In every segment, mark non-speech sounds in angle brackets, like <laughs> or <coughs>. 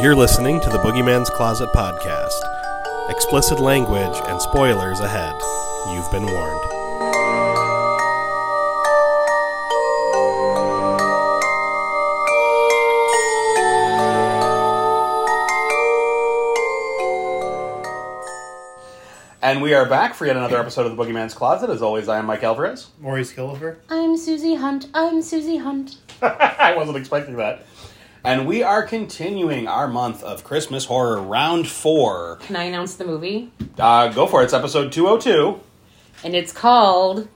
You're listening to the Boogeyman's Closet podcast. Explicit language and spoilers ahead. You've been warned. And we are back for yet another episode of the Boogeyman's Closet. As always, I am Mike Alvarez. Maurice Gilliver. I'm Susie Hunt. I'm Susie Hunt. I wasn't expecting that. And we are continuing our month of Christmas horror, round four. Can I announce the movie? Uh, go for it. It's episode 202. And it's called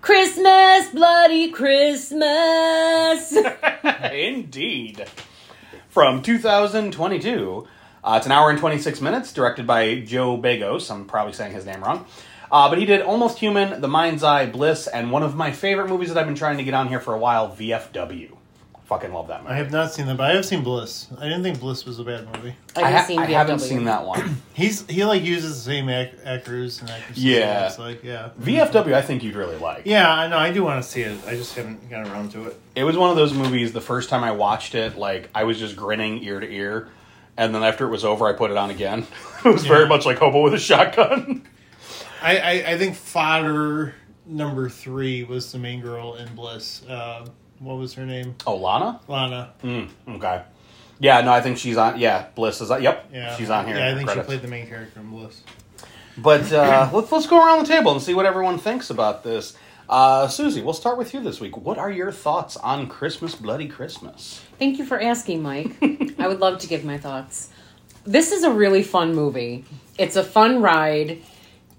Christmas Bloody Christmas. Indeed. From 2022. Uh, it's an hour and 26 minutes, directed by Joe Bagos. I'm probably saying his name wrong. Uh, but he did Almost Human, The Mind's Eye, Bliss, and one of my favorite movies that I've been trying to get on here for a while, VFW. Fucking love that movie. I have not seen them, but I have seen Bliss. I didn't think Bliss was a bad movie. I, ha- I haven't VFW. seen that one. He's he like uses the same ac- actors and actresses. Yeah. and it's like yeah, VFW, I think you'd really like. yeah. I know. I do want to see it. I just haven't gotten around to it. It was one of those movies. The first time I watched it, like I was just grinning ear to ear, and then after it was over, I put it on again. <laughs> it was very Yeah. much like Hobo with a shotgun. I I, I think fodder number three was the main girl in Bliss. Uh, what was her name? oh, Lana. Lana. Mm, okay. Yeah, no, I think she's on. Yeah, Bliss is on. Yep, Yeah, she's on here. Yeah, I think Credits. she played the main character in Bliss. But <clears throat> uh, let's let's go around the table and see what everyone thinks about this. Uh, Susie, we'll start with you this week. What are your thoughts on Christmas, Bloody Christmas? Thank you for asking, Mike. I would love to give my thoughts. This is a really fun movie. It's a fun ride.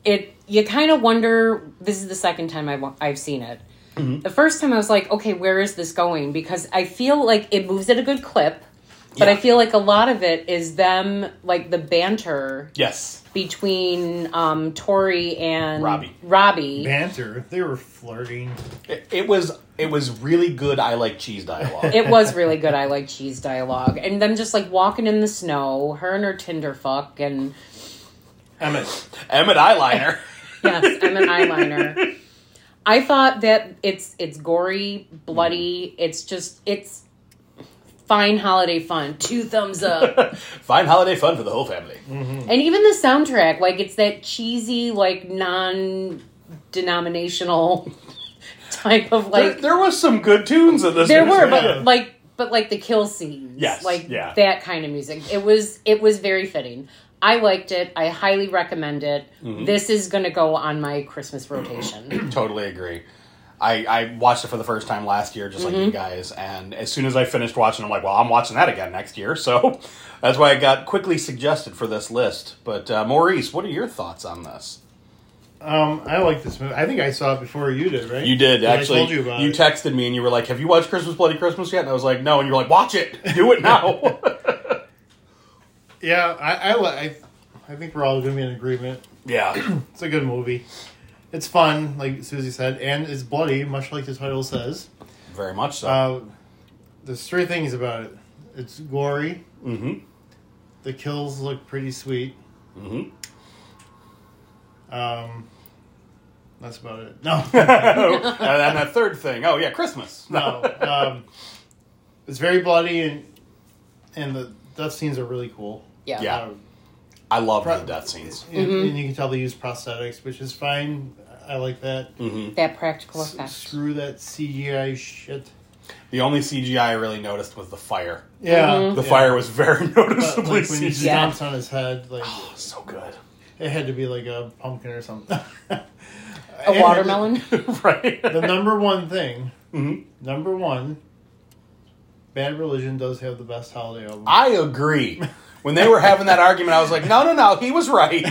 It you kind of wonder. This is the second time I've I've seen it. Mm-hmm. The first time I was like, okay, where is this going? Because I feel like it moves at a good clip, but I Yeah. feel like a lot of it is them like the banter Yes. between um, Tori and Robbie. Robbie. Banter. They were flirting. It, it was it was really good. I like cheese dialogue. it <laughs> was really good. I like cheese dialogue. And them just like walking in the snow, her and her Tinder fuck, and Emmett. Emmett eyeliner. yes, I'm an eyeliner. I thought that it's it's gory, bloody. It's just it's fine holiday fun. Two <laughs> thumbs up. Fine holiday fun for the whole family. and even the soundtrack, like it's that cheesy, like non denominational <laughs> type of There, like there was some good tunes in this. There movie. were, Yeah. but like, but like the kill scenes, Yes, like yeah. that kind of music. It was, it was very fitting. I liked it. I highly recommend it. Mm-hmm. This is going to go on my Christmas rotation. <clears throat> Totally agree. I, I watched it for the first time last year, just Mm-hmm. like you guys. And as soon as I finished watching, I'm like, well, I'm watching that again next year. <laughs> So that's why I got quickly suggested for this list. But uh, Maurice, what are your thoughts on this? Um, I like this movie. I think I saw it before you did, right? You did Yeah, actually. I told you about it. texted me and you were like, "Have you watched Christmas Bloody Christmas yet?" And I was like, "No." And you were like, "Watch it. Do it <laughs> now." Yeah, I, I, li- I, I think we're all going to be in agreement. yeah. It's a good movie. It's fun, like Susie said, and it's bloody, much like the title says. Very much so. Uh, there's three things about it it's gory, Mhm. the kills look pretty sweet. Mhm. Um, that's about it. No, <laughs> <laughs> and then that third thing. Oh yeah, Christmas. no. Um, it's very bloody, and, and the death scenes are really cool. Yeah. Yeah. Uh, I love Pro- the death scenes. and, and you can tell they use prosthetics, which is fine. I like that. that practical S- effect. screw that CGI shit. The only CGI I really noticed was the fire. Yeah, The yeah. fire was very <laughs> But, noticeably like <laughs> when he CGI. stomps on his head, like Oh, so good. <laughs> it had to be like a pumpkin or something. <laughs> A watermelon. right. The number one thing, Mhm. number one, Bad Religion does have the best holiday album. I agree. When they were having that argument, I was like, no, no, no, he was <laughs> right.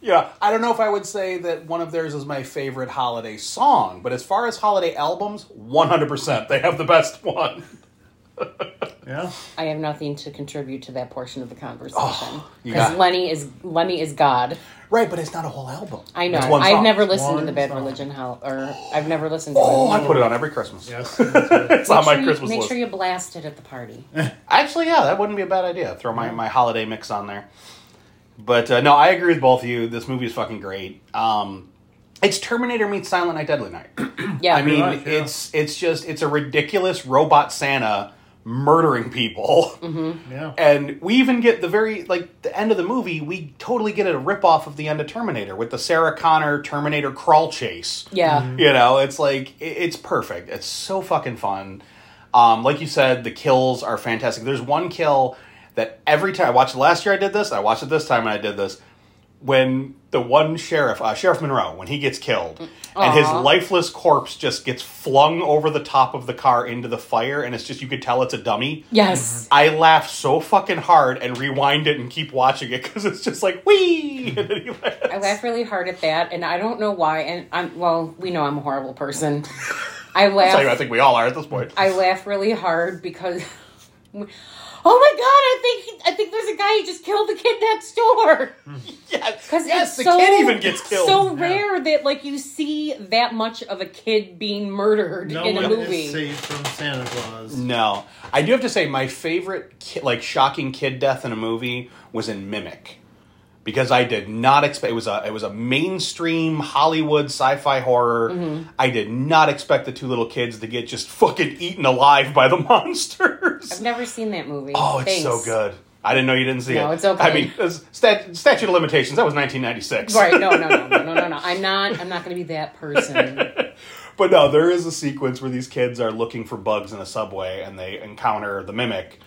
yeah, I don't know if I would say that one of theirs is my favorite holiday song, but as far as holiday albums, 100%. They have the best one. yeah, I have nothing to contribute to that portion of the conversation Oh, you because got- Lenny is Lemmy is God. Right, but it's not a whole album. I know. It's one I've song. never listened One to the Bad song. Religion how, or I've never listened to Oh, I it. put it on every Christmas. yes. that's right. It's on my Make sure you- Christmas make list. sure you blast it at <laughs> the party. Actually, yeah, that wouldn't be a bad idea. Throw my, my holiday mix on there. But uh, no, I agree with both of you. This movie is fucking great. Um, it's Terminator meets <clears throat> Silent Night, Deadly Night. Yeah, I mean, much, yeah. it's it's just it's a ridiculous robot Santa murdering people. <laughs> Mm-hmm. Yeah. <laughs> And we even get the very like the end of the movie. We totally get a ripoff of the end of Terminator with the Sarah Connor Terminator crawl chase. Yeah. You know, it's like i- it's perfect. It's so fucking fun. Um, like you said, the kills are fantastic. There's one kill that every time I watched it last year, I did this. I watched it this time, and I did this. When the one sheriff, uh, Sheriff Monroe, when he gets killed, and his Aw. lifeless corpse just gets flung over the top of the car into the fire, and it's just you could tell it's a dummy. Yes. I laugh so fucking hard and rewind it and keep watching it because it's just like <laughs> wee. And then he laughs. I laugh really hard at that, and I don't know why. And I'm well, we know I'm a horrible <laughs> person. I Tell you, I laugh. think we all are at this point. I laugh really hard because. <laughs> Oh my god! I think I think there's a guy who just killed the kid next door. yes, Because yes, it's the so, kid even gets killed. So rare that like you see that much of a kid being murdered No in one a is movie. saved from Santa Claus. No, I do have to say my favorite, ki- like shocking kid death in a movie was in Mimic, because I did not expect it was a it was a mainstream Hollywood sci-fi horror. Mm-hmm. I did not expect the two little kids to get just fucking eaten alive by the <laughs> monsters. I've never seen that movie. Oh, it's so Thanks. good. I didn't know you didn't see it. No, it's okay. I mean, it's stat- statute of limitations. That was 1996. Right? No, no, no, no, no, no, no. I'm not. I'm not going to be that person. But no, there is a sequence where these kids are looking for bugs in a subway and they encounter the mimic.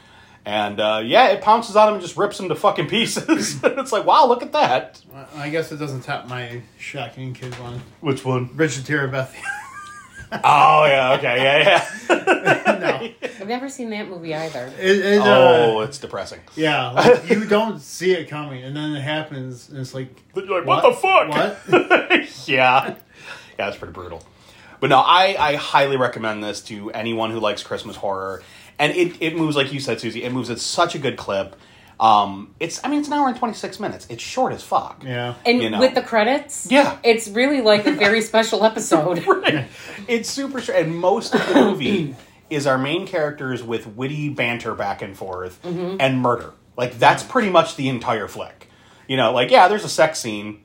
And uh, yeah, it pounces on them and just rips them to fucking pieces. <laughs> it's like, wow, look at that. I- I guess it doesn't top my shocking kid one. Which one? Richard Tirabethi. Oh, yeah, okay, yeah, <laughs> yeah. <laughs> <laughs> no. It, I've never seen that movie either. it, uh, oh, it's depressing. Yeah, like, you don't see it coming, and then it happens, and it's like, You're like, what, the fuck? <laughs> What? yeah. Yeah, that's pretty brutal. But no, I, I highly recommend this to anyone who likes Christmas horror. And it, it moves, like you said, Susie, it moves at such a good clip. Um, it's I mean it's an hour and twenty six minutes. It's short as fuck. yeah. And You know. with the credits, Yeah. it's really like a very <laughs> special episode. <laughs> It's super short, and most of the movie is our main characters with witty banter back and forth and murder. Like that's pretty much the entire flick. You know, like yeah, there's a sex scene,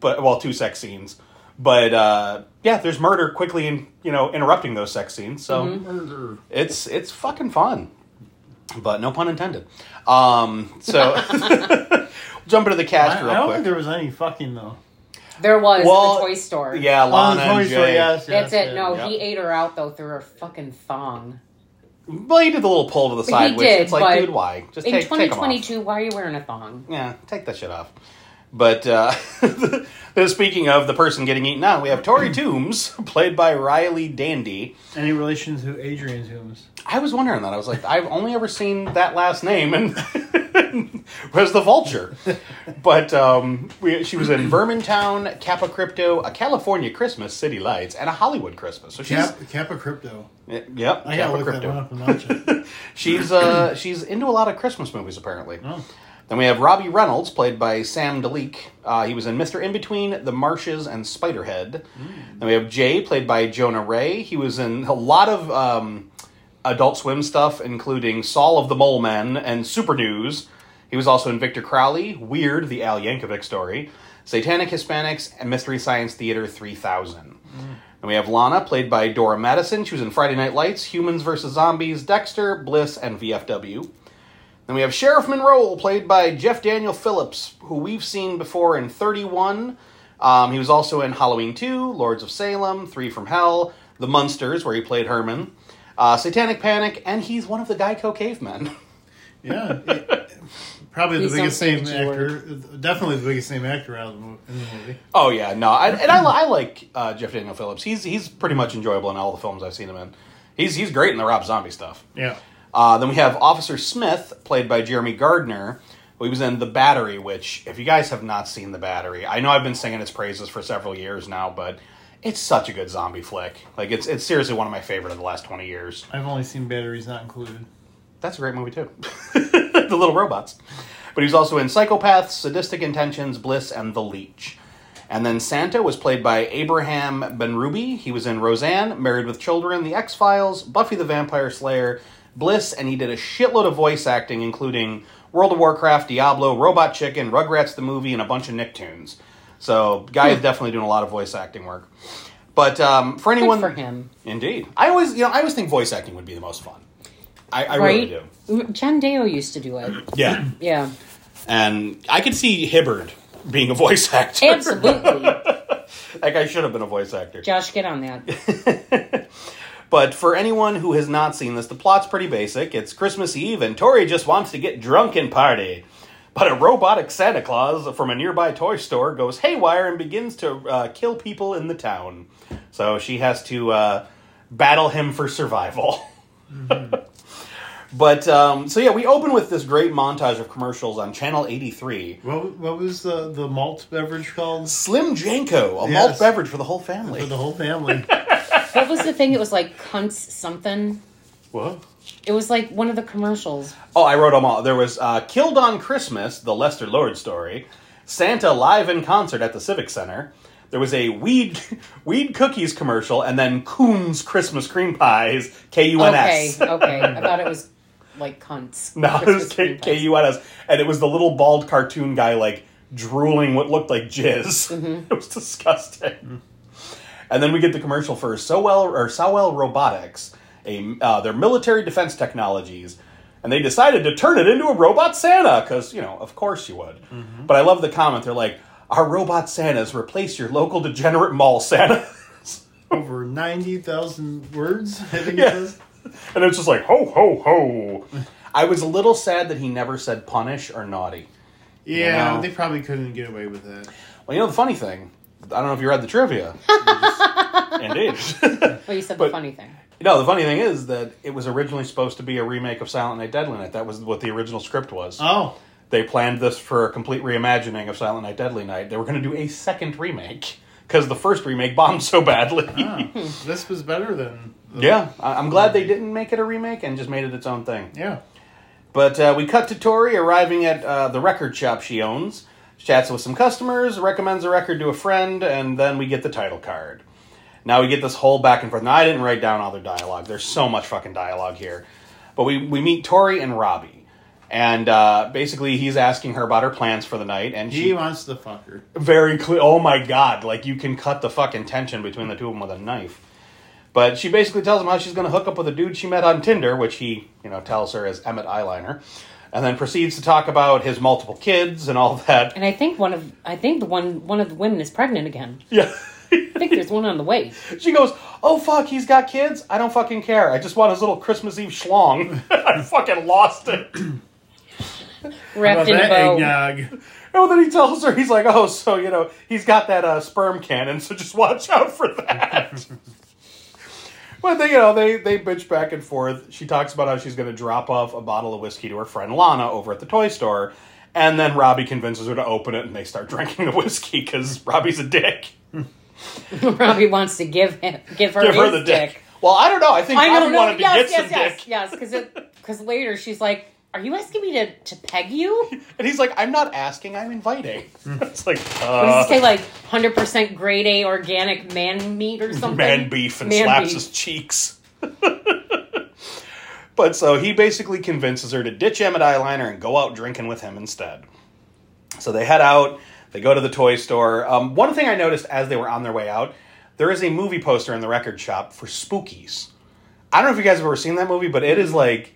but well, two sex scenes, but uh, yeah, there's murder quickly and you know interrupting those sex scenes. So Mm-hmm. Murder. it's it's fucking fun, but no pun intended. Um, so <laughs> jump into the I, cast I real don't quick. think there was any fucking, though. There was Well, the toy store. Yeah, Lana Oh, the Toy and Story, Jay. yes, That's yes, yes. it. No, he Yep. ate her out though through her fucking thong. Well, he did the little pull to the side, He which did, it's like, but dude, why? Just In take, take 'em off. 2022, why are you wearing a thong? Yeah, take that shit off. But uh, <laughs> speaking of the person getting eaten out, we have <clears throat> Tori Toombs, played by Riley Dandy. Any relation to Adrian Toomes? I was wondering that. I was like, I've only ever seen that last name, and <laughs> where's the vulture? But um, we, she was <clears throat> in Vermintown, Kappa Crypto, A California Christmas, City Lights, and A Hollywood Christmas. So she's eh, Cap, Kappa Crypto. yep, Kappa I gotta look Crypto. that one up and watch it. She's uh she's into a lot of Christmas movies apparently. Oh. Then we have Robbie Reynolds, played by Sam DeLeek. Uh, he was in Mr. In Between, The Marshes, and Spiderhead. Then we have Jay, played by Jonah Ray. He was in a lot of um, Adult Swim stuff, including Saul of the Mole Men and Super News. He was also in Victor Crowley, Weird, the Al Yankovic story, Satanic Hispanics, and Mystery Science Theater 3000. And we have Lana, played by Dora Madison. She was in Friday Night Lights, Humans vs. Zombies, Dexter, Bliss, and VFW. Then we have Sheriff Monroe, played by Jeff Daniel Phillips, who we've seen before in 31. Um, he was also in Halloween 2, Lords of Salem, Three from Hell, The Munsters, where he played Herman, uh, Satanic Panic, and he's one of the Geico cavemen. <laughs> <laughs> Yeah. it- probably Please the don't biggest say name the G word. actor. Definitely the biggest name actor out of the, mo- in the movie. Oh yeah, no, I, and I, li- I like uh, Jeff Daniel Phillips. He's he's pretty much enjoyable in all the films I've seen him in. He's he's great in the Rob Zombie stuff. Yeah. Uh, then we have Officer Smith, played by Jeremy Gardner. He was in The Battery, which, if you guys have not seen The Battery, I know I've been singing its praises for several years now, but it's such a good zombie flick. Like, it's, it's seriously one of my favorite of the last 20 years. I've only seen Batteries Not Included. That's a great movie, too. <laughs> the Little Robots. But he was also in Psychopaths, Sadistic Intentions, Bliss, and The Leech. And then Santa was played by Abraham Benrubi. He was in Roseanne, Married with Children, The X Files, Buffy the Vampire Slayer, Bliss, and he did a shitload of voice acting, including World of Warcraft, Diablo, Robot Chicken, Rugrats the Movie, and a bunch of Nicktoons. So, guy Hmm. is definitely doing a lot of voice acting work. But um, for anyone, for him. indeed, I always, you know, I always think voice acting would be the most fun. I, I really right? do. Jen Deo used to do it. <clears throat> Yeah, Yeah, and I could see Hibbard being a voice actor. <laughs> absolutely. Like I should have been a voice actor. Josh, get on that. But for anyone who has not seen this, the plot's pretty basic. It's Christmas Eve, and Tori just wants to get drunk and party. But a robotic Santa Claus from a nearby toy store goes haywire and begins to uh, kill people in the town. So she has to uh, battle him for survival. <laughs> but um, so yeah, we open with this great montage of commercials on Channel 83. What, what was the, the malt beverage called? Slim Janko, a malt Yes. beverage for the whole family. For the whole <laughs> family. What was the thing? It was like cunts something. Whoa. It was like one of the commercials. Oh, I wrote them all. There was uh, Killed on Christmas, the Lester Lord story, Santa live in concert at the Civic Center. There was a weed <laughs> weed cookies commercial, and then Coon's Christmas cream pies, K U N Okay, S. okay. I thought it was like <laughs> cunts. No, it was Christmas K cream pies. K U N S, and it was the little bald cartoon guy like drooling what looked like jizz. <laughs> It was disgusting. And then we get the commercial for Sowell or Sowell Robotics, a uh, their military defense technologies, and they decided to turn it into a robot Santa because you know, of course you would. But I love the comment. They're like, "Our robot Santas replace your local degenerate mall Santa." <laughs> Over 90,000 words, I think Yeah. it was. and it's just like ho ho ho. I was a little sad that he never said punish or naughty. Yeah, Wow. they probably couldn't get away with that. Well, you know the funny thing. I don't know if you read the trivia. Indeed. Well, you said But- the funny thing. <laughs> no, the funny thing is that it was originally supposed to be a remake of Silent Night, Deadly Night. That was what the original script was. Oh, They planned this for a complete reimagining of Silent Night, Deadly Night. They were going to do a second remake because the first remake bombed so badly. <laughs> ah, this was better than. <laughs> the- yeah, I- I'm glad they didn't make it a remake and just made it its own thing. Yeah. But uh, we cut to Tori arriving at uh, the record shop she owns, chats with some customers, recommends a record to a friend, and then we get the title card. Now we get this whole back and forth. Now I didn't write down all their dialogue. There's so much fucking dialogue here. But we, we meet Tori and Robbie. And uh, basically, he's asking her about her plans for the night, and He she wants to fuck her. very clear. Oh my god! Like you can cut the fucking tension between the two of them with a knife. But she basically tells him how she's going to hook up with a dude she met on Tinder, which he you know tells her is Emmett Eyeliner, and then proceeds to talk about his multiple kids and all that. <laughs> And I think one of I think the one one of the women is pregnant again. Yeah. I think there's one on <laughs> the way. She goes, "Oh fuck, he's got kids. I don't fucking care. I just want his little Christmas Eve schlong." <laughs> I fucking lost it. How about Wrapped in a that bow. uh, eggnog. And then he tells her, he's like, oh, so, you know, he's got that uh, sperm cannon, so just watch out for <laughs> that. but, they, you know, they, they bitch back and forth. She talks about how she's going to drop off a bottle of whiskey to her friend Lana over at the toy store. And then Robbie convinces her to open it, and they start <laughs> drinking the whiskey because Robbie's a dick. <laughs> Robbie wants to give him give her Give her his the dick. <laughs> Well, I don't know. I think I Robbie don't know. wanted to Yes, get some yes, yes, dick. yes. Because because later she's like, "Are you asking me to to peg you?" And he's like, I'm not asking, I'm inviting. <laughs> Hmm. it's like, Does it uh, say like hundred percent grade A organic man meat or something? man beef and Man slaps beef. his cheeks. <laughs> but so he basically convinces her to ditch Emmett Eyeliner and go out drinking with him instead. So they head out, they go to the toy store. Um, one thing I noticed as they were on their way out, there is a movie poster in the record shop for Spookies. I don't know if you guys have ever seen that movie, but it is like.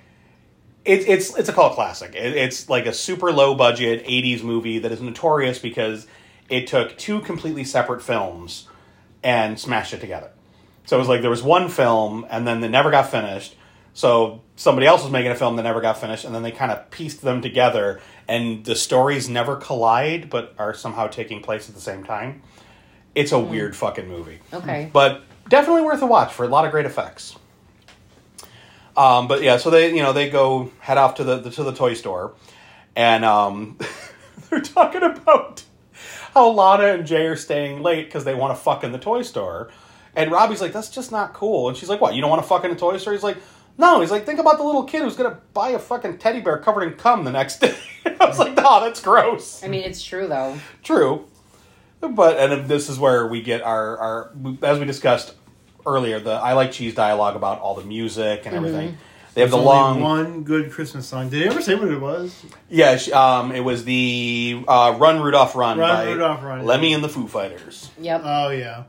It's it's it's a cult classic. It, it's like a super low budget '80s movie that is notorious because it took two completely separate films and smashed it together. So it was like there was one film, and then they never got finished. So somebody else was making a film that never got finished, and then they kind of pieced them together, and the stories never collide, but are somehow taking place at the same time. It's a weird fucking movie, Okay. but definitely worth a watch for a lot of great effects. Um, but yeah, so they you know they go head off to the, the to the toy store, and um, <laughs> they're talking about how Lana and Jay are staying late because they want to fuck in the toy store. And Robbie's like, that's just not cool. And she's like, what? You don't want to fuck in a toy store? He's like, no. He's like, think about the little kid who's going to buy a fucking teddy bear covered in cum the next day. <laughs> I was like, no, that's gross. I mean, it's true though. True. But, and this is where we get our, our as we discussed earlier, the I like cheese dialogue about all the music and everything. They have the Only long. one good Christmas song. Did you ever say what it was? Yeah, she- um, it was the uh, Run Rudolph Run, Run, by Rudolph, Run. Lemmy and the Foo Fighters. Yep. Oh yeah. Uh,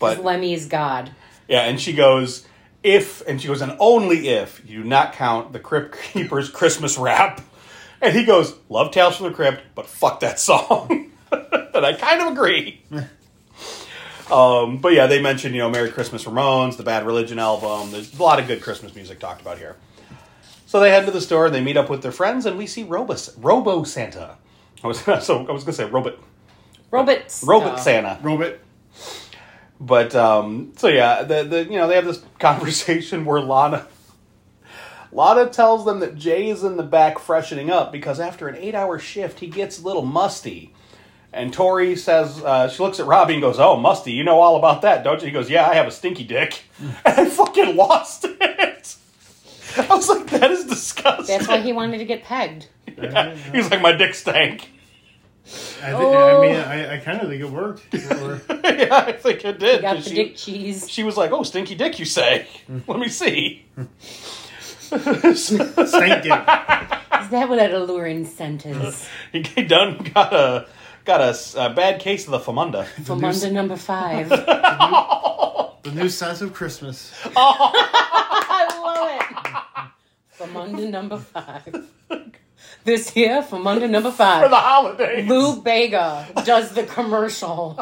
But Lemmy is God. Yeah, and she goes, if, and she goes, and only if you do not count the Crypt <laughs> Keeper's Christmas rap. And he goes, love Tales from the Crypt, but fuck that song. <laughs> and I kind of agree. um, but yeah, they mentioned, you know, Merry Christmas Ramones, the Bad Religion album. There's a lot of good Christmas music talked about here. So they head to the store, they meet up with their friends, and we see Robus, Robo Santa. I was, <laughs> so I was going to say Robot, Robot. Robot Santa. Robot. But um, so yeah, the, the you know they have this <laughs> conversation where Lana Lana tells them that Jay is in the back freshening up because after an eight hour shift he gets a little musty. And Tori says uh, she looks at Robbie and goes, "Oh, musty, you know all about that, don't you?" He goes, "Yeah, I have a stinky dick," <laughs> and I fucking lost it. I was like, "That is disgusting." That's why he wanted to <laughs> get pegged. <laughs> Yeah. He was like, "My dick stank." <laughs> I, thi- Oh. I mean, I, I kind of think it <laughs> worked. Or- yeah, I think it did. He got 'cause the she- dick cheese. She was like, "Oh, stinky dick," you say. <laughs> Let me see. <laughs> Stank it. Is that what an alluring sentence? he done got a got a, s- a bad case of <laughs> the famunda. From news- under number five. The new sense of Christmas. I love it. From under <laughs> number five. This year, from under number five, <laughs> the holiday. Lou Bega does the commercial.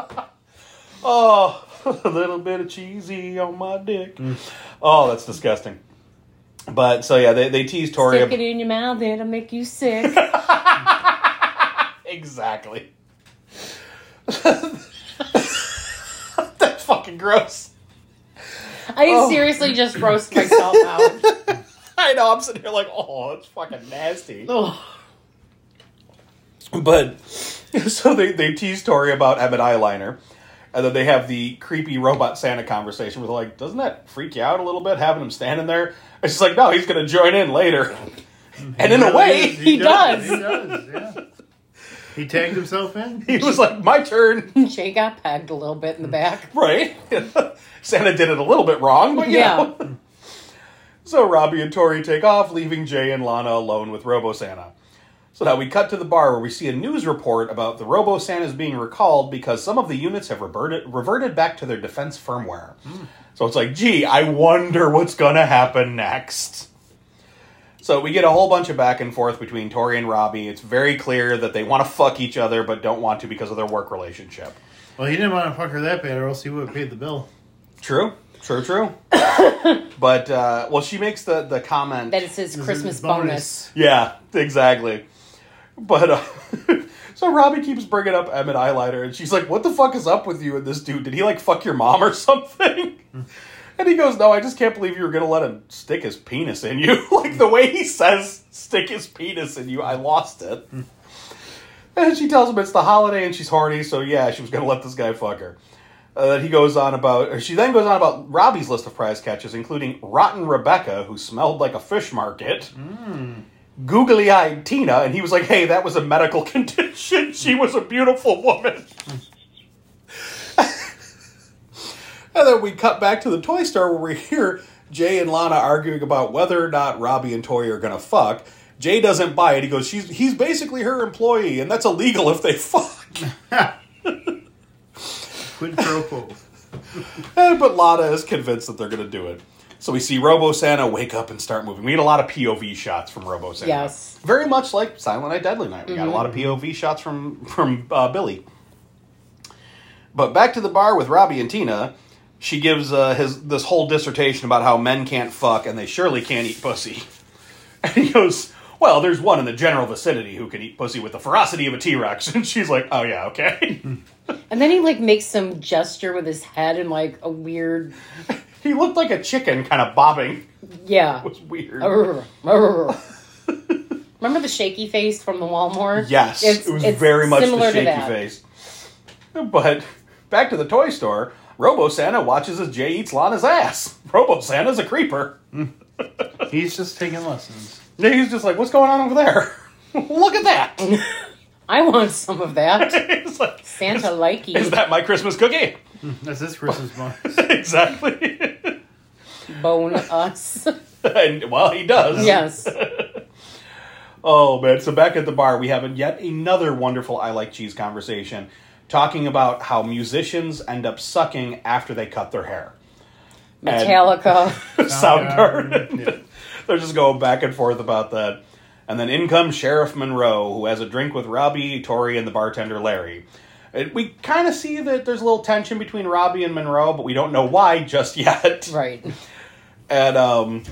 Oh, <laughs> a little bit of cheesy on my dick. Oh, that's disgusting. But so yeah, they they tease Tori. Stick ab- it in your mouth, it'll make you sick. Exactly. <laughs> that's fucking gross. <laughs> I Oh. seriously just roast myself <laughs> out. I know. I'm sitting here like, oh, that's fucking nasty. Ugh. But <laughs> so they, they tease Tori about Emmett eyeliner, and then they have the creepy robot Santa conversation with like, doesn't that freak you out a little bit having him standing there? And she's like, no, he's gonna join in later. <laughs> And in a way, He does. He does, yeah. He tagged himself in. he was like, my turn, <laughs> Jay got pegged a little bit in the back. <laughs> right? Santa did it a little bit wrong, but you Yeah. know. <laughs> So Robbie and Tori take off, leaving Jay and Lana alone with Robo Santa. So now we cut to the bar where we see a news report about the Robo Santas being recalled because some of the units have reverted, reverted back to their defense firmware. So it's like, gee, I wonder what's going to happen next. So we get a whole bunch of back and forth between Tori and Robbie. It's very clear that they want to fuck each other but don't want to because of their work relationship. Well, he didn't want to fuck her that bad, or else he would have paid the bill. True, true, true. but uh, well, she makes the the comment. That is his Christmas bonus. bonus. <laughs> yeah, exactly. But uh, <laughs> so Robbie keeps bringing up Emmett Eyeliner, and she's like, "What the fuck is up with you and this dude? Did he like fuck your mom or <laughs> something?" And he goes, "No, I just can't believe you were gonna let him stick his penis in you. <laughs> like the way he says, stick his penis in you. I lost it." And she tells him it's the holiday and she's horny, so yeah, she was gonna let this guy fuck her. Uh, Then he goes on about, or she then goes on about Robbie's list of prize catches, including Rotten Rebecca, who smelled like a fish market, googly eyed Tina, and he was like, hey, that was a medical <laughs> condition. She was a beautiful woman. and then we cut back to the toy store where we hear Jay and Lana arguing about whether or not Robbie and Tori are gonna fuck. Jay doesn't buy it. He goes, she's he's basically her employee, and that's illegal if they <laughs> fuck. Quid pro quo. Eh, but Lana is convinced that they're going to do it. So we see Robo Santa wake up and start moving. We get a lot of POV shots from Robo Santa. Yes. Very much like Silent Night Deadly Night. We got a lot of POV shots from from uh, Billy. But back to the bar with Robbie and Tina. She gives uh, his this whole dissertation about how men can't fuck and they surely can't eat pussy. <laughs> And he goes, "Well, there's one in the general vicinity who can eat pussy with the ferocity of a T Rex." <laughs> And she's like, "Oh yeah, okay." <laughs> And then he like makes some gesture with his head and like a weird he looked like a chicken, kind of bobbing. <laughs> yeah. It was weird. <laughs> Arr, arr. Remember the shaky face from the Walmart? Yes, It's- it was it's very much the similar to shaky that. face. But back to the toy store, Robo Santa watches as Jay eats Lana's ass. Robo Santa's a creeper. He's just taking lessons. And He's just like, "What's going on over there? <laughs> Look at <laughs> that!" I want some <laughs> of that. It's like, Santa likey. is that my Christmas cookie? <laughs> That's his Christmas <laughs> bonus. exactly. <laughs> bone us. and well, he does. <laughs> yes. Oh man! So back at the bar, we have yet another wonderful "I like cheese" conversation, talking about how musicians end up sucking after they cut their hair. Metallica. <laughs> Soundgarden. <laughs> Yeah. They're just going back and forth about that. And then in comes Sheriff Monroe, who has a drink with Robbie, Tori, and the bartender Larry. And we kind of see that there's a little tension between Robbie and Monroe, but we don't know why just <laughs> yet. right. And um,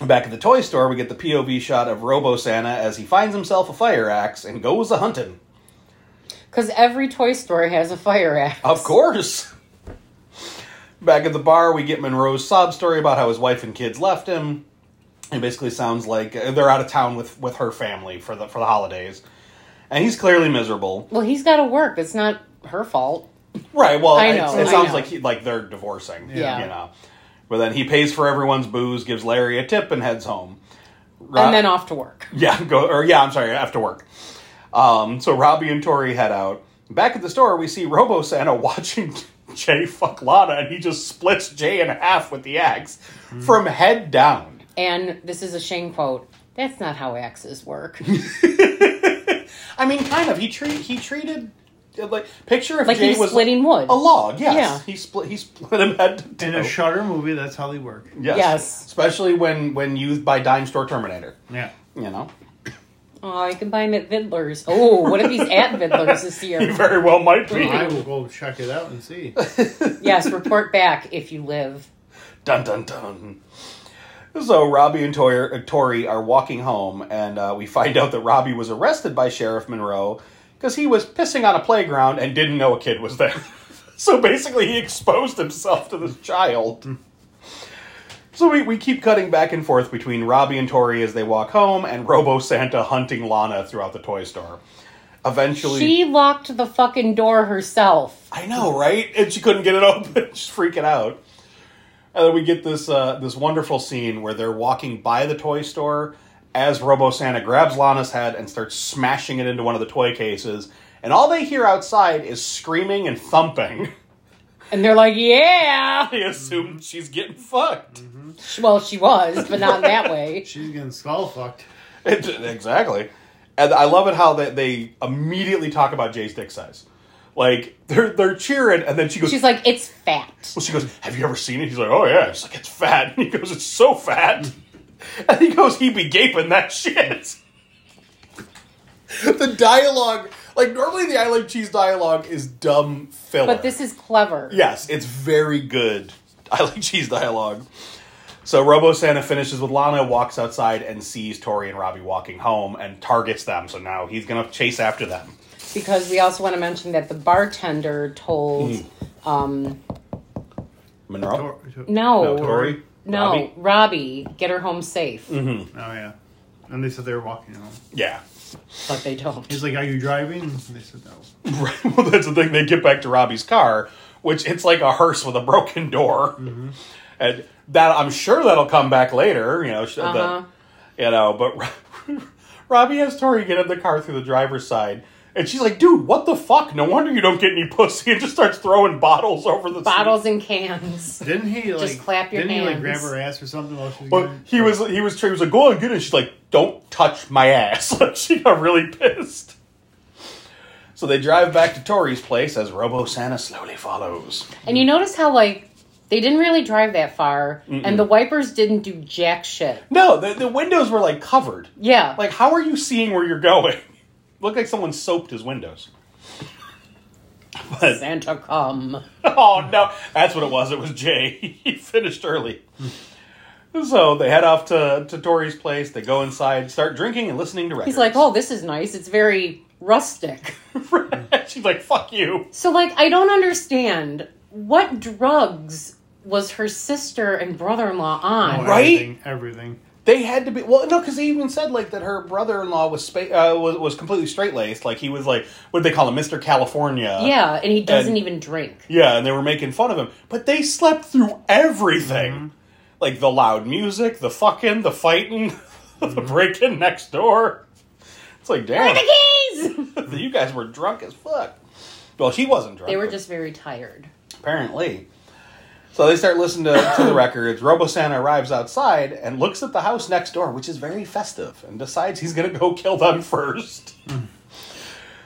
back at the toy store, we get the POV shot of Robo Santa as he finds himself a fire axe and goes a hunting. Because every toy store has a fire axe. Of course. Back at the bar, we get Monroe's sob story about how his wife and kids left him. It basically sounds like uh, they're out of town with, with her family for the for the holidays, and he's clearly miserable. Well, he's got to work. It's not her fault. Right. Well, I it's- know, it I sounds know. like he, like they're divorcing. Yeah. You know, but then he pays for everyone's booze, gives Larry a tip, and heads home. Ro- And then off to work. Yeah, go or yeah, I'm sorry, after work. Um, so Robbie and Tori head out. Back at the store, we see Robo Santa <laughs> watching Jay fuck Lana, and he just splits Jay in half with the axe Hmm. from head down. And this is a Shane quote. That's not how <laughs> axes work. I mean, kind of. He treat he treated uh, like picture if Like Jay he's was splitting wood. a log. Yes, Yeah. he split he split him head to In toe. a shutter movie, that's how they work. yes. Yes. especially when when used by Dime Store Terminator. Yeah. You <laughs> know, Oh, you can buy him at Vidler's. Oh, what if he's at Vidler's <laughs> this he year? very well might be. I will go check it out and see. Yes, report back if you live. Dun dun dun. So Robbie and Tori, uh, Tori are walking home, and uh, we find out that Robbie was arrested by Sheriff Monroe because he was pissing on a playground and didn't know a kid was there. <laughs> so basically, he exposed himself to this child. So we, we keep cutting back and forth between Robbie and Tori as they walk home and Robo Santa hunting Lana throughout the toy store. Eventually, She locked the fucking door herself. I know, right? And she couldn't get it open. <laughs> She's freaking out. And then we get this uh, this wonderful scene where they're walking by the toy store as Robo Santa grabs Lana's head and starts smashing it into one of the toy cases. And all they hear outside is screaming and thumping. <laughs> And they're like, yeah. They assume she's getting fucked. Well, she was, but not <laughs> in that way. She's getting skull fucked. It- exactly. And I love it how they, they immediately talk about Jay's dick size. Like they're they're cheering, and then she goes, She's like, it's fat. Well, she goes, "Have you ever seen it?" He's like, "Oh yeah." She's like, "It's fat." <laughs> And he goes, "It's so fat." <laughs> And he goes, "He'd be gaping that shit." <laughs> the dialogue, like normally the I like cheese dialogue is dumb filler, But this is clever. yes, it's very good. <laughs> I like cheese dialogue. So Robo Santa finishes with Lana, walks outside, and sees Tori and Robbie walking home, and targets them. So now he's gonna chase after them. Because we also want to mention that the bartender told, Hmm. um, Monroe, Tor- tor- no, No, Tori? no, Robbie? Robbie? get her home safe. Oh, yeah. And they said they were walking home. yeah. But they don't. He's like, Are you driving? And they said, No. Right. <laughs> Well, that's the thing. They get back to Robbie's car, which it's like a hearse with a broken door, Mm-hmm. and that I'm sure that'll come back later. You know, sh- the- Uh-huh. you know. But <laughs> Ro- Robbie has Tori get in the car through the driver's side, and she's like, "Dude, what the fuck? No wonder you don't get any pussy." And just starts throwing bottles over the seat. Bottles and cans. Didn't he like clap your didn't he like grab hands. her ass or something while she was Oh, But going- he was he was he was like, "Go on, get it." She's like, "Don't touch my ass." <laughs> Like she got really pissed. So they drive back to Tori's place as Robo Santa slowly follows. And you notice how, like, they didn't really drive that far, and the wipers didn't do jack shit. No, the, the windows were like covered. Yeah. Like, how are you seeing where you're going? <laughs> Looked like someone soaped his windows. <laughs> But Santa come. oh no, that's what it was. It was Jay. <laughs> he finished early. <laughs> So they head off to, to Tori's place. They go inside, start drinking and listening to records. He's like, <laughs> oh, this is nice. It's very rustic. she's like, fuck you. So, like, I don't understand what drugs was her sister and brother in law on? Oh, Right? Everything, everything. They had to be well, no, because they even said like that her brother in law was spa- uh, was was completely straight laced. Like he was like, what did they call him, Mister California? Yeah, and he doesn't and- even drink. Yeah, and they were making fun of him. But they slept through everything. Like the loud music, the fucking, the fighting, <laughs> the breaking next door. It's like, damn, The <laughs> keys! you guys were drunk as fuck. Well, she wasn't drunk. They were but just very tired. apparently. So they start listening to, to the records. Robo Santa arrives outside and looks at the house next door, which is very festive, and decides he's going to go kill them first.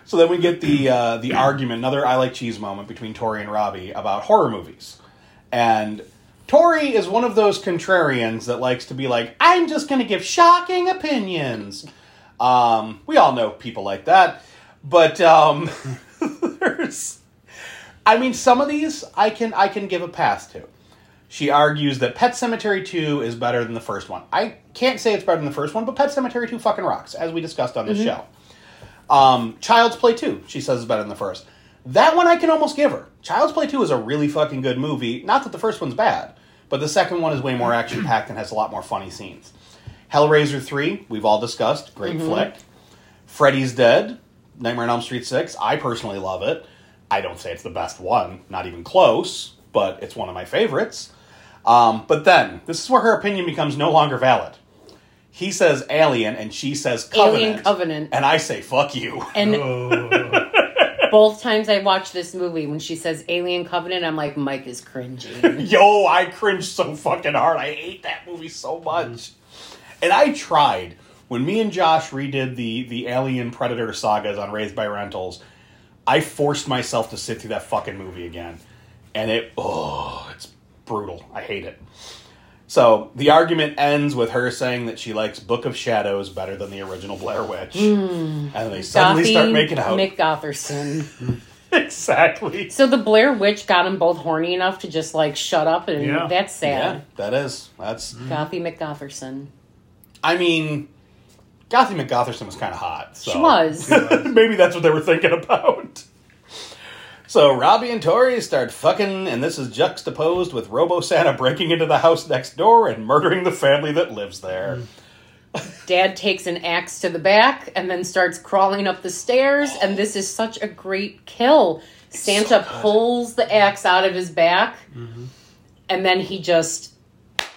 so then we get the uh, the argument, another I like cheese moment between Tori and Robbie about horror movies, and Tori is one of those contrarians that likes to be like, I'm just going to give shocking opinions. Um, we all know people like that. But um, <laughs> there's. I mean, some of these I can I can give a pass to. She argues that Pet Cemetery 2 is better than the first one. I can't say it's better than the first one, but Pet Cemetery 2 fucking rocks, as we discussed on this show. Um, Child's Play 2, she says, is better than the first. That one I can almost give her. Child's Play 2 is a really fucking good movie. Not that the first one's bad, but the second one is way more action packed and has a lot more funny scenes. Hellraiser 3, we've all discussed, great Mm-hmm. flick. Freddy's Dead, Nightmare on Elm Street 6, I personally love it. I don't say it's the best one, not even close, but it's one of my favorites. Um, but then, this is where her opinion becomes no longer valid. He says alien and she says covenant. Alien Covenant. And I say fuck you. And Oh, <laughs> both times I watched this movie, when she says Alien Covenant, I'm like, Mike is cringing. Yo, I cringed so fucking hard. I hate that movie so much. And I tried when me and Josh redid the the Alien Predator sagas on Raised by Rentals. I forced myself to sit through that fucking movie again, and it oh, it's brutal. I hate it. So the argument ends with her saying that she likes Book of Shadows better than the original Blair Witch, and then they <laughs> suddenly start Duffy making out. McGotherson. <laughs> exactly. So the Blair Witch got them both horny enough to just like shut up, and Yeah. that's Yeah, sad. that is. That's Gothy McGotherson. I mean, Gothy McGotherson was kind of hot. So. She was. <laughs> Maybe that's what they were thinking about. So Robbie and Tori start fucking, and this is juxtaposed with Robo Santa breaking into the house next door and murdering the family that lives there. Mm. Dad takes an axe to the back and then starts crawling up the stairs, and this is such a great kill. Santa pulls the axe out of his back, Mm-hmm. and then he just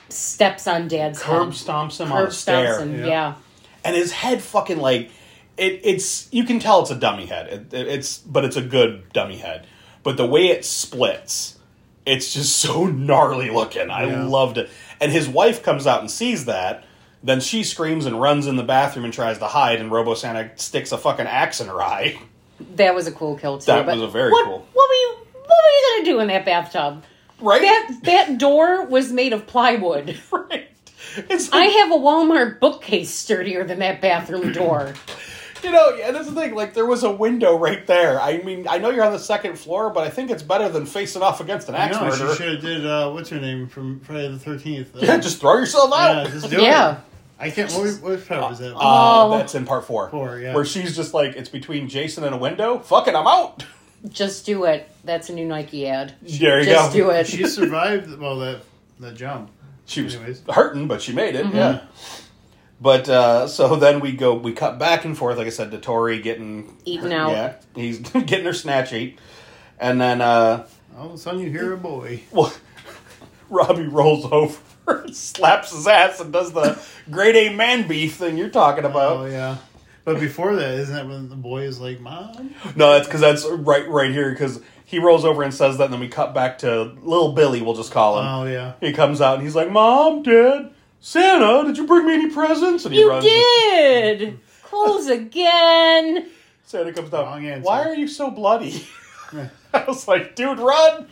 steps on Dad's Curb head. stomps him on Curb the stair, stomps him, Yeah. yeah. and his head fucking like it, it's you can tell it's a dummy head. It, it- it's but it's a good dummy head. But the way it splits, it's just <laughs> so gnarly looking. I Yeah. loved it. And his wife comes out and sees that. Then she screams and runs in the bathroom and tries to hide. And Robo Santa sticks a fucking axe in her eye. <laughs> That was a cool kill too. That but was a very what, cool- What were you? What were you gonna do in that bathtub? Right. That that door was made of plywood. <laughs> right. It's I like- have a Walmart bookcase sturdier than that bathroom <clears throat> door. You know, yeah, that's the thing. Like, there was a window right there. I mean, I know you're on the second floor, but I think it's better than facing off against an I axe know, she murderer. should have did, uh, what's her name from Friday the 13th? uh, <laughs> Yeah, just throw yourself out. yeah, just do Oh, yeah. it. I can't, what, was- what part was that? Uh, Oh. That's in part four. Four, yeah. Where she's just like, it's between Jason and a window. Fuck it, I'm out. Just do it. That's a new Nike ad. <laughs> There you Just go. do it. she survived, well, that, that jump. She was Anyways. hurting, but she made it. Mm-hmm. Yeah. But uh, so then we go, we cut back and forth, like I said, to Tori getting Eaten her- out. Yeah, he's <laughs> getting her snatch eat, and then uh, <laughs> All of a sudden you hear a boy. well, Robbie rolls over, <laughs> and slaps his ass, and does the grade A man beef thing you're talking about. Oh, yeah. But before that, isn't that when the boy is like, Mom? No, that's because that's right, right here. Because he rolls over and says that, and then we cut back to little Billy. We'll just call him. Oh, yeah. He comes out and he's like, "Mom, Dad, Santa, did you bring me any presents?" And he You runs. <laughs> did. Close again. Santa comes down. Wrong answer. Why are you so bloody? <laughs> I was like, "Dude, run!"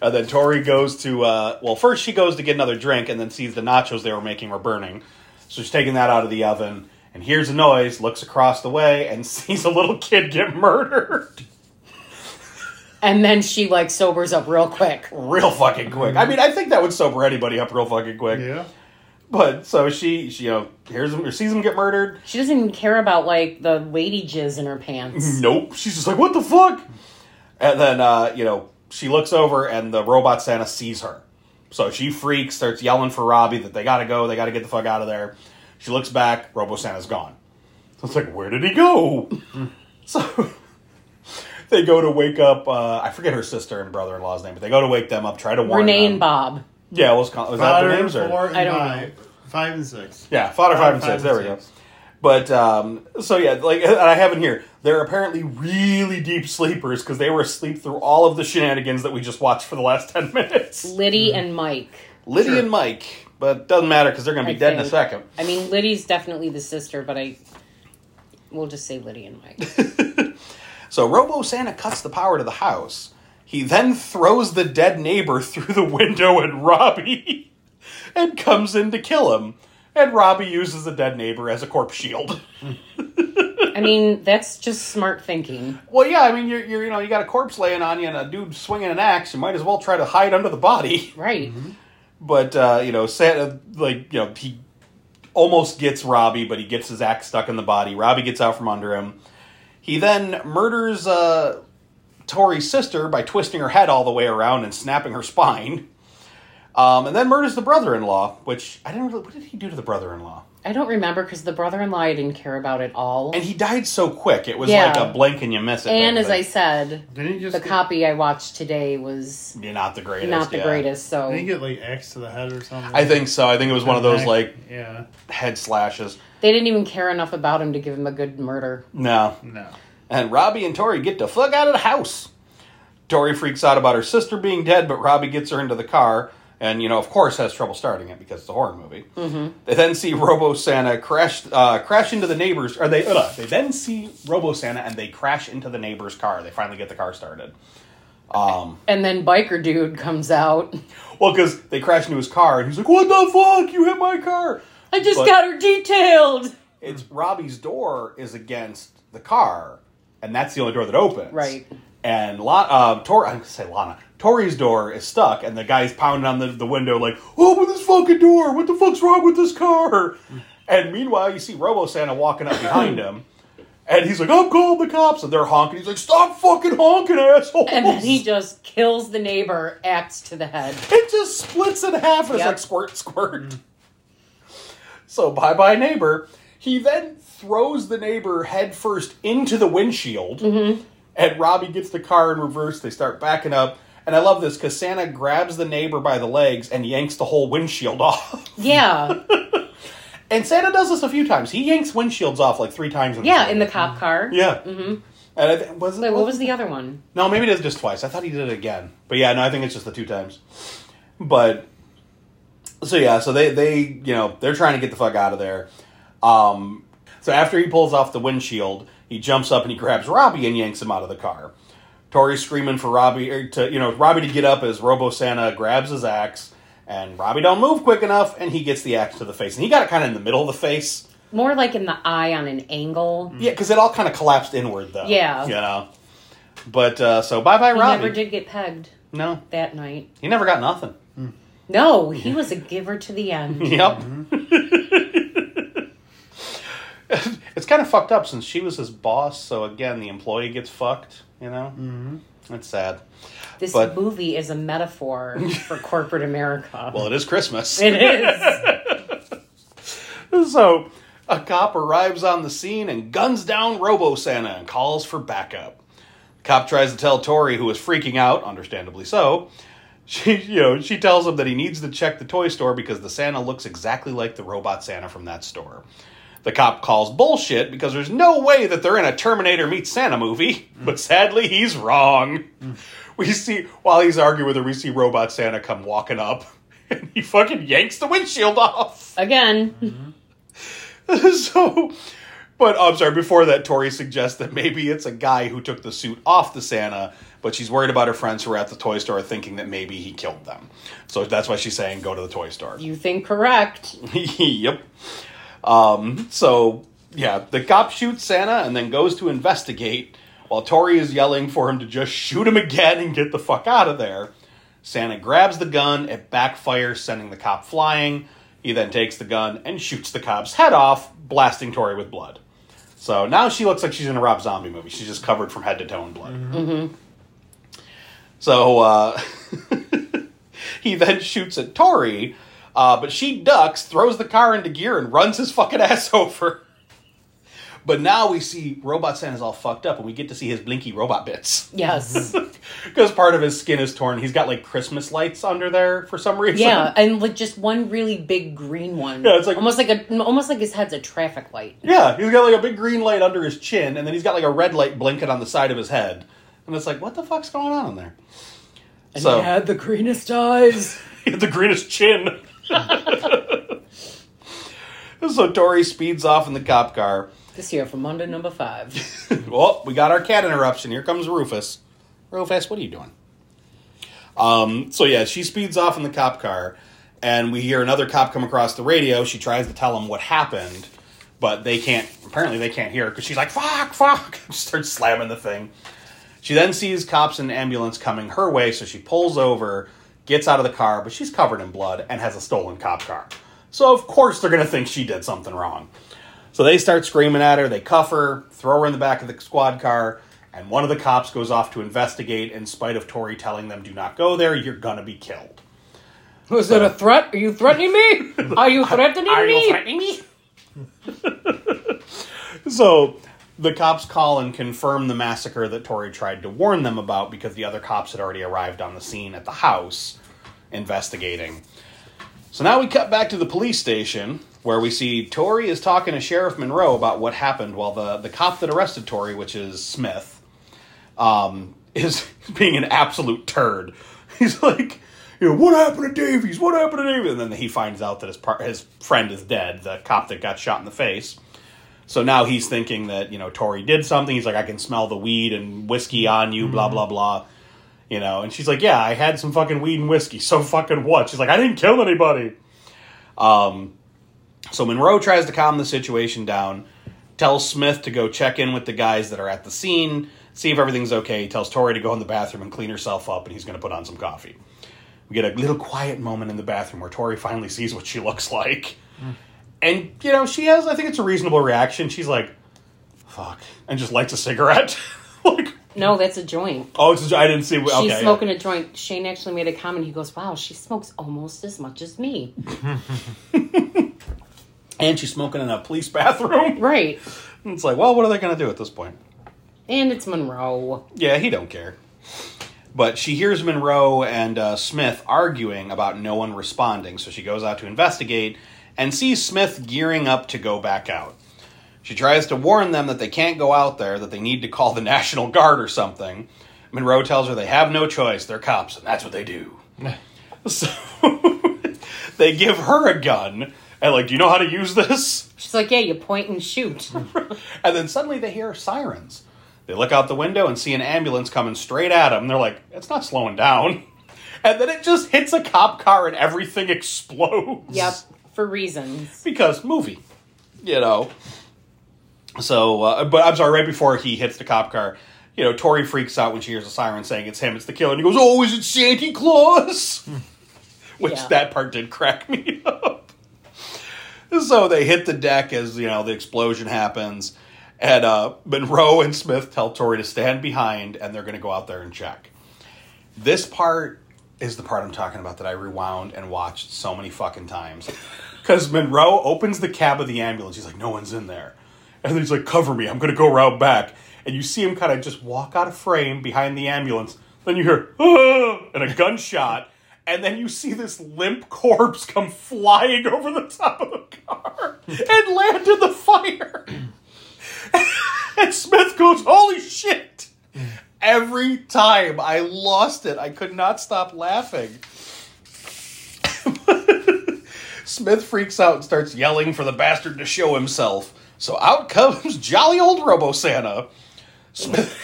and then Tori goes to. Uh, well, first she goes to get another drink, and then sees the nachos they were making were burning. So she's taking that out of the oven and hears a noise. Looks across the way and <laughs> sees a little kid get murdered. <laughs> And then she like sobers up real quick. real fucking quick. I mean, I think that would sober anybody up real fucking quick. Yeah. But so she, she, you know, hears him or sees him get murdered. She doesn't even care about like the lady jizz in her <laughs> pants. Nope. She's just like, what the fuck? And then, uh, you know, she looks over and the robot Santa sees her. So she freaks, starts yelling for Robbie that they gotta go, they gotta get the fuck out of there. She looks back, Robo Santa's gone. So it's like, where did he go? <laughs> so <laughs> they go to wake up, uh, I forget her sister and brother in law's name, but they go to wake them up, try to warn Renee them. and Bob. Yeah, what's called? Is that Fodder, their names? Or? four, and I don't five. Five and six. Yeah, fodder five, and Five six. and there six. we go. But um, so yeah, like and I have in here, they're apparently really deep sleepers because they were asleep through all of the shenanigans that we just watched for the last <laughs> ten minutes. Liddy and Mike. Liddy and Mike, but doesn't matter because they're gonna be I dead in a think. second. I mean, Liddy's definitely the sister, but I we'll just say Liddy and Mike. So Robo Santa cuts the power to the house. He then throws the dead neighbor <laughs> through the window at Robbie <laughs> and comes in to kill him. And Robbie uses the dead neighbor as a corpse shield. <laughs> I mean, that's just smart thinking. Well, yeah, I mean, you're, you're you know, you got a corpse laying on you and a dude swinging an axe. You might as well try to hide under the body. <laughs> Right. Mm-hmm. But uh, you know, Santa, like you know, he almost gets Robbie, but he gets his axe stuck in the body. Robbie gets out from under him. He then murders uh, Tori's sister by twisting her head all the way around and snapping her spine. Um, and then murders the brother-in-law, which I didn't really. What did he do to the brother-in-law? I don't remember because the brother in law I didn't care about at all. And he died so quick; it was Yeah. like a blink and you miss it. And thing, as but I said, Didn't he just the get- copy I watched today was you're not the greatest. not the yeah. greatest, so. Did he get like X to the head or something? I think so. I think it was one of those like Yeah. head slashes. They didn't even care enough about him to give him a good murder. No. No. And Robbie and Tori get the fuck out of the house. Tori freaks out about her sister being dead, but Robbie gets her into the car and, you know, of course has trouble starting it because it's a horror movie. Mm-hmm. They then see Robo Santa crash, uh, crash into the neighbor's, or they, uh, they then see Robo Santa and they crash into the neighbor's car. They finally get the car started. And then Biker Dude comes out. Well, because they crash into his car and he's like, what the fuck? You hit my car. I just But- got her detailed! it's Robbie's door is against the car, and that's the only door that opens. Right. And lot uh, Tor I say Lana. Tori's door is stuck, and the guy's pounding on the, the window like, "Open this fucking door! What the fuck's wrong with this car?" And meanwhile, you see Robo Santa walking up behind him, and he's like, "I'm calling the cops!" And they're honking. He's like, "Stop fucking honking, asshole!" And then he just kills the neighbor, axe to the head. It just splits in half and it's Yep. like squirt, squirt. So bye bye neighbor. He then throws the neighbor headfirst into the windshield, Mm-hmm. and Robbie gets the car in reverse. They start backing up, and I love this because Santa grabs the neighbor by the legs and yanks the whole windshield <laughs> off. Yeah. And Santa does this a few times. He yanks windshields off like three times. In Yeah, the in the cop car. <laughs> yeah. Mm-hmm. And I th- was Wait, what was the other one? No, maybe it is just twice. I thought he did it again. But yeah, no, I think it's just the two times. But so yeah, so they they you know they're trying to get the fuck out of there. Um, so after he pulls off the windshield, he jumps up and he grabs Robbie and yanks him out of the car. Tori's screaming for Robbie or to you know Robbie to get up as Robo Santa grabs his axe and Robbie don't move quick enough and he gets the axe to the face and he got it kind of in the middle of the face. More like in the eye on an angle. Yeah, because it all kind of collapsed inward though. Yeah. you know. But uh, so bye bye He Robbie. never did get pegged No, that night. he never got nothing. <laughs> No, he was a giver to the <laughs> end. Yep. <laughs> it's kind of fucked up since she was his boss, so again, the employee gets fucked, you know? Mm-hmm. That's sad. This But- movie is a metaphor for <laughs> corporate America. Well, it is Christmas. <laughs> it <laughs> is. so, a cop arrives on the scene and guns down Robo Santa and calls for backup. The cop tries to tell Tori, who is freaking out, understandably so. She, <laughs> you know, she tells him that he needs to check the toy store because the Santa looks exactly like the robot Santa from that store. The cop calls bullshit because there's no way that they're in a Terminator meets Santa movie, <laughs> but sadly he's wrong. <laughs> We see while he's arguing with her, we see robot Santa come walking up, <laughs> and he fucking yanks the windshield off Again. <laughs> so, but oh, I'm sorry. Before that, Tori suggests that maybe it's a guy who took the suit off the Santa, but she's worried about her friends who are at the toy store, thinking that maybe he killed them. So that's why she's saying go to the toy store. You think correct. <laughs> yep. Um, so yeah, the cop shoots Santa and then goes to investigate, while Tori is yelling for him to just shoot him again and get the fuck out of there. Santa grabs the gun, it backfires, sending the cop flying. He then takes the gun and shoots the cop's head off, blasting Tori with blood. So now she looks like she's in a Rob Zombie movie. She's just covered from head to toe in blood. So uh, <laughs> he then shoots at Tori, uh, but she ducks, throws the car into gear, and runs his fucking <laughs> ass over. But now we see Robot Santa's all fucked up, and we get to see his blinky robot bits. <laughs> <laughs> Yes. Because part of his skin is torn. He's got like Christmas lights under there for some reason. Yeah, and like just one really big green one. Yeah, it's like- almost like a almost like his head's a traffic light. <laughs> Yeah, he's got like a big green light under his chin, and then he's got like a red light blinking on the side of his head. And it's like, what the fuck's going on in there? And So- he had the greenest eyes. <laughs> He had the greenest chin. <laughs> so Tori speeds off in the cop car. <laughs> this year from Monday number five. <laughs> Well, we got our cat interruption. Here comes Rufus. Rufus, what are you doing? Um, so yeah, she speeds off in the cop car, and we hear another cop come across the radio. She tries to tell him what happened, but they can't. Apparently, they can't hear her because she's like "fuck, fuck," <laughs> starts slamming the thing. She then sees cops and ambulance coming her way, so she pulls over, gets out of the car, but she's covered in blood and has a stolen cop car. So of course they're gonna think she did something wrong. So they start screaming at her, they cuff her, throw her in the back of the squad car, and one of the cops goes off to investigate in spite of Tori telling them, do not go there, you're gonna be killed. <laughs> Was that a threat? Are you threatening me? <laughs> Are you threatening Are you me? threatening me? so the cops call and confirm the massacre that Tori tried to warn them about because the other cops had already arrived on the scene at the house investigating. So now we cut back to the police station where we see Tori is talking to Sheriff Monroe about what happened while the, the cop that arrested Tori, which is Smith, um, is <laughs> being an absolute turd. <laughs> He's like, you know, what happened to Davies? What happened to Davies? And then he finds out that his par- his friend is dead, the cop that got shot in the face. So now he's thinking that you know Tori did something. He's like, I can smell the weed and whiskey on you, blah blah blah. You know, and she's like, Yeah, I had some fucking weed and whiskey. So fucking what? She's like, I didn't kill anybody. Um, so Monroe tries to calm the situation down, tells Smith to go check in with the guys that are at the scene, see if everything's okay. He tells Tori to go in the bathroom and clean herself up, and he's going to put on some coffee. We get a little quiet moment in the bathroom where Tori finally sees what she looks like. And, you know, she has, I think it's a reasonable reaction. She's like, fuck, and just lights a cigarette. <laughs> like, No, that's a joint. oh, it's, I didn't see. She's She's smoking a joint. Shane actually made a comment. He goes, "Wow, she smokes almost as much as me." And she's smoking in a police bathroom. <laughs> right, It's like, well, what are they going to do at this point? and it's Monroe. Yeah, he don't care. But she hears Monroe and uh, Smith arguing about no one responding, so she goes out to investigate and sees Smith gearing up to go back out. She tries to warn them that they can't go out there, that they need to call the <laughs> National Guard or something. Monroe tells her they have no choice, they're cops, and that's what they do. <laughs> so they give her a gun and, like, do you know how to use this? She's like, "Yeah, you point and shoot." And then suddenly they hear sirens. They look out the window and see an ambulance coming straight at them. They're like, it's not slowing down. <laughs> And then it just hits a cop car and everything explodes. <laughs> yep, for reasons. Because movie, you know. So, uh, but I'm sorry, right before he hits the cop car, you know, Tori freaks out when she hears a siren saying it's him, it's the killer. And he goes, oh, is it Santa Claus? <laughs> Which Yeah. that part did crack me <laughs> up so they hit the deck as you know the explosion happens and uh, monroe and smith tell tori to stand behind and they're going to go out there and check this part is the part i'm talking about that i rewound and watched so many fucking times because monroe opens the cab of the ambulance he's like no one's in there and then he's like cover me i'm going to go around back and you see him kind of just walk out of frame behind the ambulance then you hear "Ah!" and a gunshot and then you see this limp corpse come flying over the top of the car and land in the fire. <laughs> and Smith goes, Holy shit! Every time I lost it, I could not stop laughing. <laughs> Smith freaks out and starts yelling for the bastard to show himself. So out comes jolly old Robo Santa. Smith.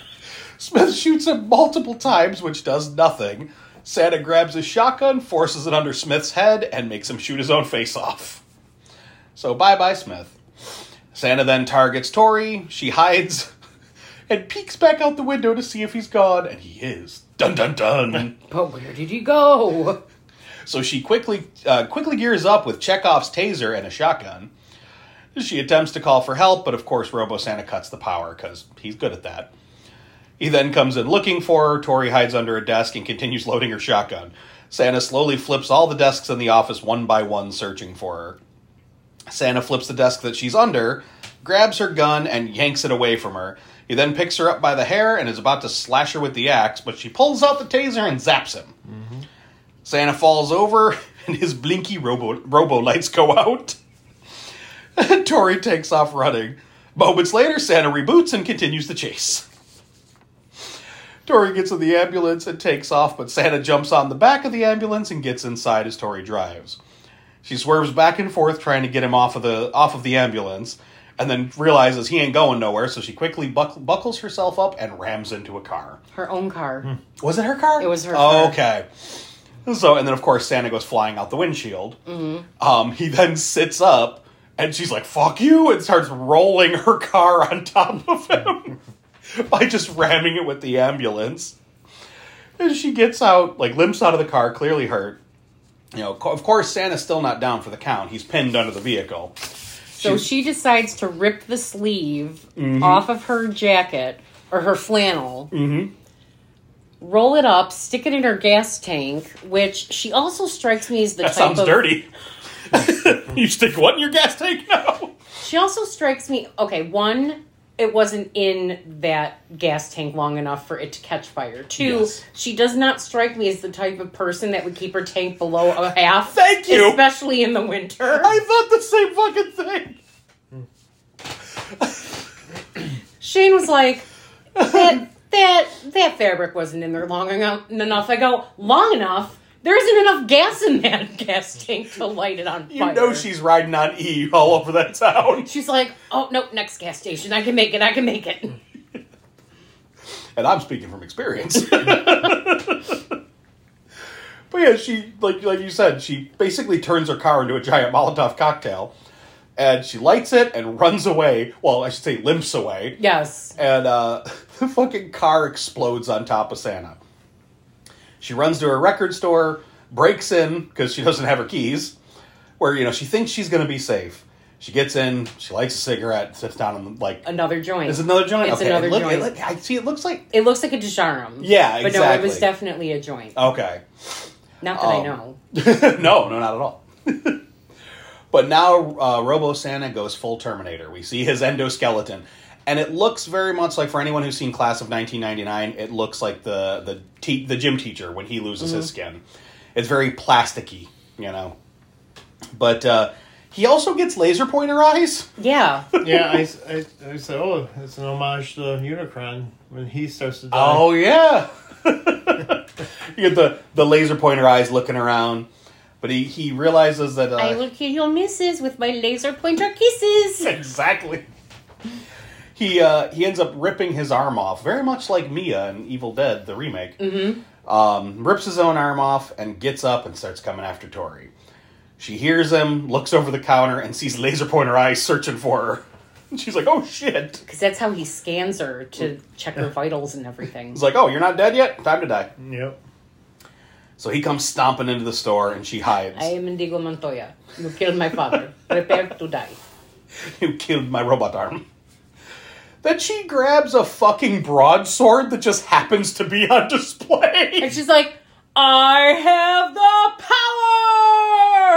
<laughs> Smith shoots him multiple times, which does nothing. Santa grabs his shotgun, forces it under Smith's head, and makes him shoot his own face off. So bye bye, Smith. Santa then targets Tori, she hides, <laughs> and peeks back out the window to see if he's gone, and he is. Dun dun dun! But where did he go? So she quickly uh, quickly gears up with Chekhov's taser and a shotgun. She attempts to call for help, but of course Robo Santa cuts the power because he's good at that. He then comes in looking for her. Tori hides under a desk and continues loading her shotgun. Santa slowly flips all the desks in the office one by one, searching for her. Santa flips the desk that she's under, grabs her gun, and yanks it away from her. He then picks her up by the hair and is about to slash her with the axe, but she pulls out the taser and zaps him. Santa falls over, <laughs> and his blinky robo robo lights go out. <laughs> Tori takes off running. Moments later, Santa reboots and continues the chase. Tori gets in the ambulance and takes off, but Santa jumps on the back of the ambulance and gets inside as Tori drives. She swerves back and forth trying to get him off of the off of the ambulance, and then realizes he ain't going nowhere, so she quickly buck- buckles herself up and rams into a car. Her own car. Was it her car? It was her Oh, car. okay. So, and then of course Santa goes flying out the windshield. Mm-hmm. Um, he then sits up, and she's like, "Fuck you!" and starts rolling her car <laughs> on top of him <laughs> by just ramming it with the ambulance. And she gets out, like limps out of the car, clearly hurt. You know, co- of course Santa's still not down for the count. He's pinned under the vehicle. So she decides to rip the sleeve Mm-hmm. off of her jacket or her flannel, Mm-hmm. roll it up, stick it in her gas tank, which she also strikes me as the That type sounds of dirty. <laughs> you stick what in your gas tank now? She also strikes me okay, one, it wasn't in that gas tank long enough for it to catch fire. Two, Yes. she does not strike me as the type of person that would keep her tank below a half. Thank you. Especially in the winter. <laughs> I thought the same fucking thing. Shane <laughs> was like, that that that fabric wasn't in there long enough. enough. I go long enough. There isn't enough gas in that <laughs> gas tank to light it on fire. You know she's riding on E all over that town. She's like, oh no, next gas station. I can make it. I can make it. <laughs> <laughs> And I'm speaking from <laughs> experience. but yeah, she like like you said, she basically turns her car into a giant Molotov cocktail and she lights it and runs away. Well, I should say limps away. Yes. and uh, <laughs> the fucking car explodes on top of Santa. She runs to her record store, breaks in because she doesn't have her keys, where you know she thinks she's gonna be safe. She gets in, she lights a cigarette, sits down, and like Another joint. is it another joint. It's another it look- it joint. look- I see. It looks like It looks like a disharum. Yeah, But no, it was exactly. definitely a joint. okay. <laughs> Not that I um, know. no, no, not at all. <laughs> but now uh, Robo Santa goes full Terminator. We see his endoskeleton, and it looks very much like for anyone who's seen Class of 1999, it looks like the the te- the gym teacher when he loses his skin. It's very plasticky, you know. But uh, he also gets laser pointer eyes. <laughs> Yeah. yeah, I, s- I- I said, oh, it's an homage to Unicron when he starts to die. Oh yeah. <laughs> you get the, the laser pointer eyes looking around, but he, he realizes that uh, I will kill your misses with my laser pointer kisses. <laughs> exactly. He uh, he ends up ripping his arm off, very much like Mia in Evil Dead, the remake. Mm-hmm. Um, rips his own arm off and gets up and starts coming after Tori. She hears him, looks over the counter, and sees laser pointer eyes searching for her. <laughs> She's like, "Oh shit!" Because that's how he scans her to check her vitals and <laughs> everything. He's like, "Oh, you're not dead yet. Time to die." Yep. <laughs> So he comes stomping into the store, and she hides. I am Indigo Montoya. You killed my father. Prepare to die. who killed my robot arm. Then she grabs a fucking broadsword that just happens to be on display. And she's like, I have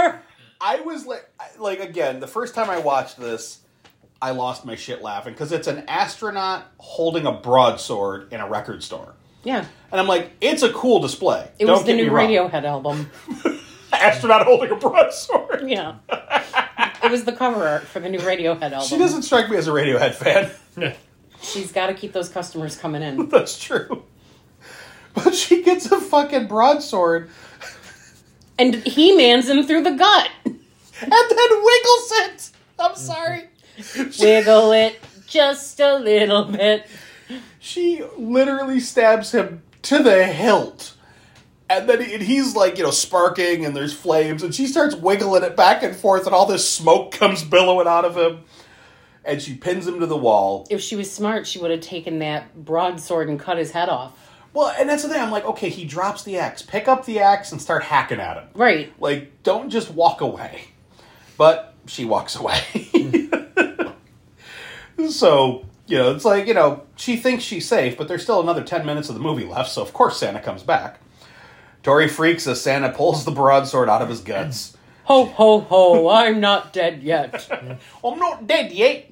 the power! <laughs> I was like, I- like again, the first time I watched this, I lost my shit laughing because it's an astronaut holding a broadsword in a record store, Yeah. and I'm like, it's a cool display. It Don't was the get me new wrong. Radiohead album. <laughs> astronaut holding a broadsword. Yeah. it was the cover art for the new Radiohead album. She doesn't strike me as a Radiohead fan. <laughs> She's got to keep those customers coming in. That's true. But she gets a fucking broadsword And he mans him through the gut. and then wiggles it. I'm sorry. <laughs> Wiggle it just a little bit. She literally stabs him to the hilt. And then he, and he's like, you know, sparking and there's flames. And she starts wiggling it back and forth and all this smoke comes billowing out of him. And she pins him to the wall. If she was smart, she would have taken that broadsword and cut his head off. Well, and that's the thing. I'm like, okay, he drops the axe. Pick up the axe and start hacking at him. Right. Like, don't just walk away. But she walks away. <laughs> so, you know, it's like, you know, she thinks she's safe, but there's still another 10 minutes of the movie left, so of course Santa comes back. Tori freaks as Santa pulls the broadsword out of his guts. Ho, ho, ho, I'm not dead yet. I'm not dead yet.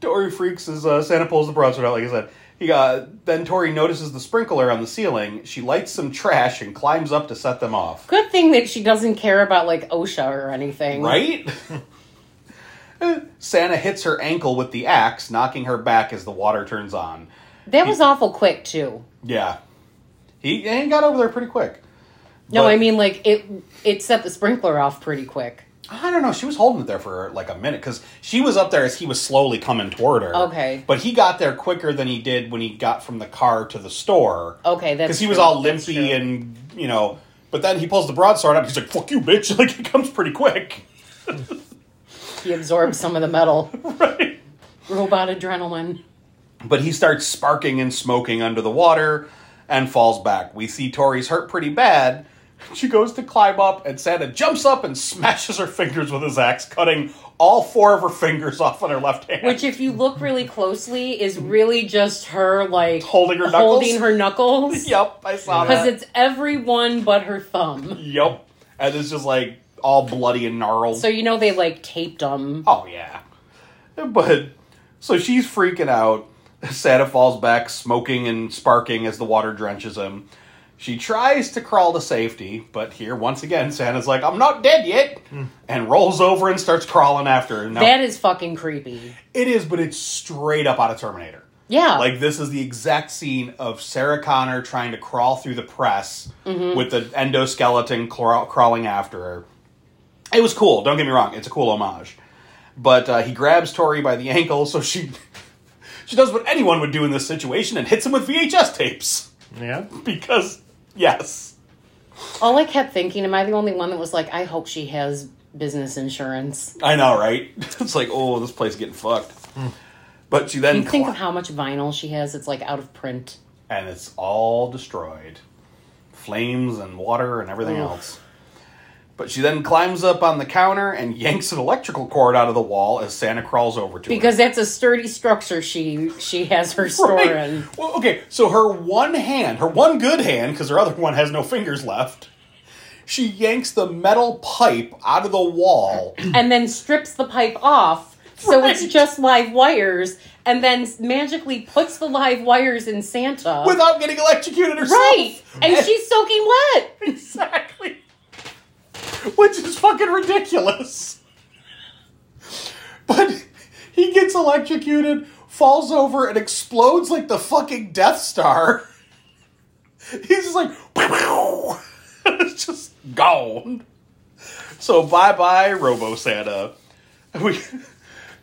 Tori freaks as uh, Santa pulls the broadsword out, like I said. He, uh, then Tori notices the sprinkler on the ceiling. She lights some trash and climbs up to set them off. Good thing that she doesn't care about, like, OSHA or anything. Right? <laughs> Santa hits her ankle with the axe, knocking her back as the water turns on. That was awful quick, too. Yeah. He and he got over there pretty quick. No, But- I mean, like, it, it set the sprinkler off pretty quick. I don't know. She was holding it there for like a minute because she was up there as he was slowly coming toward her. Okay. But he got there quicker than he did when he got from the car to the store. Okay, that's because he was true. all That's limpy true. and you know. But then he pulls the broadsword up. He's like, "Fuck you, bitch!" <laughs> Like it comes pretty quick. He absorbs some of the metal. <laughs> Right. Robot adrenaline. But he starts sparking and smoking under the water and falls back. We see Tori's hurt pretty bad. <laughs> She goes to climb up, and Santa jumps up and smashes her fingers with his axe, cutting all four of her fingers <laughs> off on her left hand. <laughs> Which, if you look really closely, is really just her like Holding her holding knuckles? <laughs> her knuckles. Yep, I saw that. Because it's everyone but her thumb. Yep. And it's just like all bloody and gnarled. So you know they like taped them. oh, yeah. But so she's freaking out. Santa falls back, smoking and sparking as the water drenches him. She tries to crawl to safety, but here, once again, Santa's like, I'm not dead yet, and rolls over and starts crawling after her. Now, That is fucking creepy. it is, but it's straight up out of Terminator. Yeah. Like this is the exact scene of Sarah Connor trying to crawl through the press Mm-hmm. with the endoskeleton claw- crawling after her. It was cool. Don't get me wrong; it's a cool homage. But uh, he grabs Tori by the ankle, so she <laughs> she does what anyone would do in this situation and hits him with VHS tapes <laughs> Yeah. because yes, All I kept thinking, am I the only one that was like, I hope she has business insurance? I know, right? <laughs> It's like oh, this place is getting fucked. But she then Hmm. You think cla- of how much vinyl she has, it's like out of print. and it's all destroyed flames and water and everything Oof. else but she then climbs up on the counter and yanks an electrical cord out of the wall as santa crawls over to Because her that's a sturdy structure she she has her store in. Right. well okay so her one hand her one good hand because her other one has no fingers left she yanks the metal pipe out of the <clears throat> wall And then strips the pipe off so it's Right. just live wires and then s- magically puts the live wires in Santa. without getting electrocuted herself right. And she's soaking wet. <laughs> exactly. Which is fucking ridiculous. But he gets electrocuted, falls over, and explodes like the fucking Death Star. He's just like, <laughs> it's just gone. So bye bye, Robo Santa. We,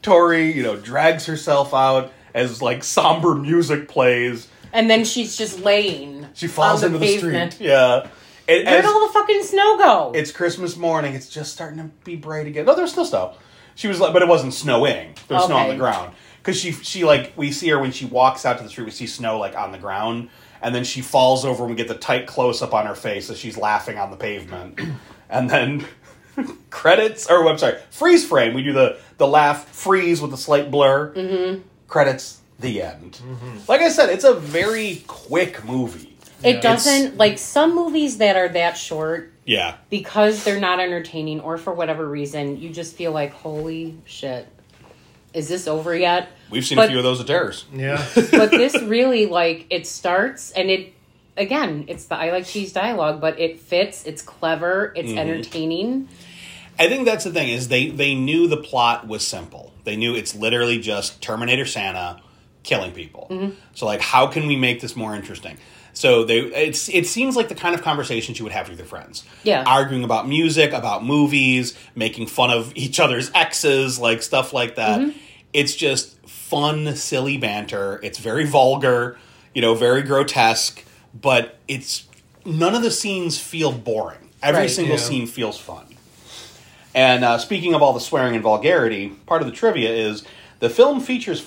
Tori, you know, drags herself out as like somber music plays. And then she's just laying. She falls on into the the pavement. street. Yeah. And as- Where'd all the fucking snow go? it's Christmas morning. It's just starting to be bright again. No, there's still snow. She was like, but it wasn't snowing. There was snow on Okay. the ground because she she like we see her when she walks out to the street. We see snow like on the ground, and then she falls over and we get the tight close up on her face as she's laughing on the pavement, <clears throat> and then <laughs> credits or I'm sorry, freeze frame. We do the the laugh freeze with a slight blur. Mm-hmm. Credits. The end. Like I said, it's a very quick movie. It Yeah. doesn't like some movies that are that short Yeah. because they're not entertaining or for whatever reason you just feel like holy shit is this over yet We've seen But- a few of those at Terrors. Yeah. <laughs> but this really like it starts and it again it's the i like cheese dialogue but it fits it's clever it's entertaining I think that's the thing is they they knew the plot was simple. They knew it's literally just Terminator Santa killing people. Mm-hmm. So like, how can we make this more interesting? So they it's it seems like the kind of conversations you would have with your friends. Yeah. arguing about music, about movies, making fun of <laughs> each other's exes, like stuff like that. Mm-hmm. It's just fun, silly banter. It's very vulgar, you know, very grotesque, but it's none of the scenes feel boring. Every Right. single Yeah. scene feels fun. And uh, speaking of all the swearing and vulgarity, part of the trivia is the film features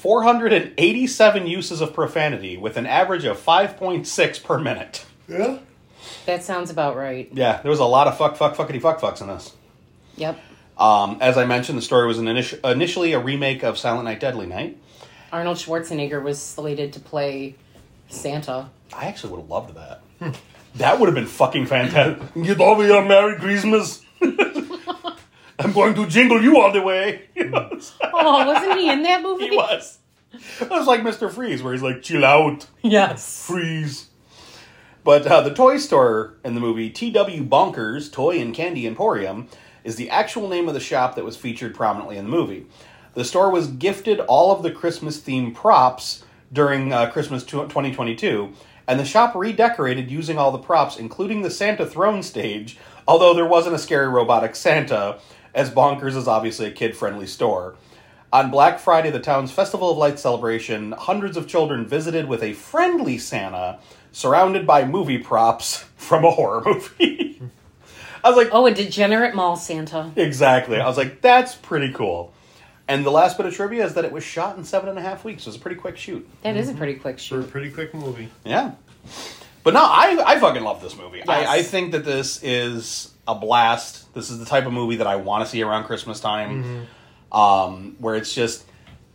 487 uses of profanity with an average of 5.6 per minute. yeah. that sounds about right Yeah, there was a lot of fuck, fuck, fuckity, fuck, fucks in this. yep Um, as I mentioned, the story was an initi- initially a remake of Silent Night, Deadly Night. arnold schwarzenegger was slated to play santa I actually would have loved that. that would have been fucking fantastic. Hmm. <laughs> Get over here, Merry <laughs> Christmas. I'm going to jingle you all the way. oh wasn't he in that movie <laughs> he was. It was like Mr. Freeze, where he's like, chill out. yes freeze. But uh, the toy store in the movie T.W. Bonkers Toy and Candy Emporium is the actual name of the shop that was featured prominently in the movie. The store was gifted all of the Christmas themed props during uh, Christmas tw- 2022, and the shop redecorated using all the props, including the Santa throne stage, although there wasn't a scary robotic Santa, as Bonkers is obviously a kid friendly store. On Black Friday, the town's Festival of Lights celebration, hundreds of children visited with a friendly Santa surrounded by movie props <laughs> from a horror movie. I was like, Oh, a degenerate mall Santa. Exactly. I was like, that's pretty cool. And the last bit of trivia is that it was shot in seven and a half weeks. It was a pretty quick shoot. That is a pretty quick For a shoot. pretty quick movie. Yeah. But no, I, I fucking love this movie. Yes. I, I think that this is a blast. This is the type of movie that I want to see around Christmas time, Mm-hmm. um, where it's just,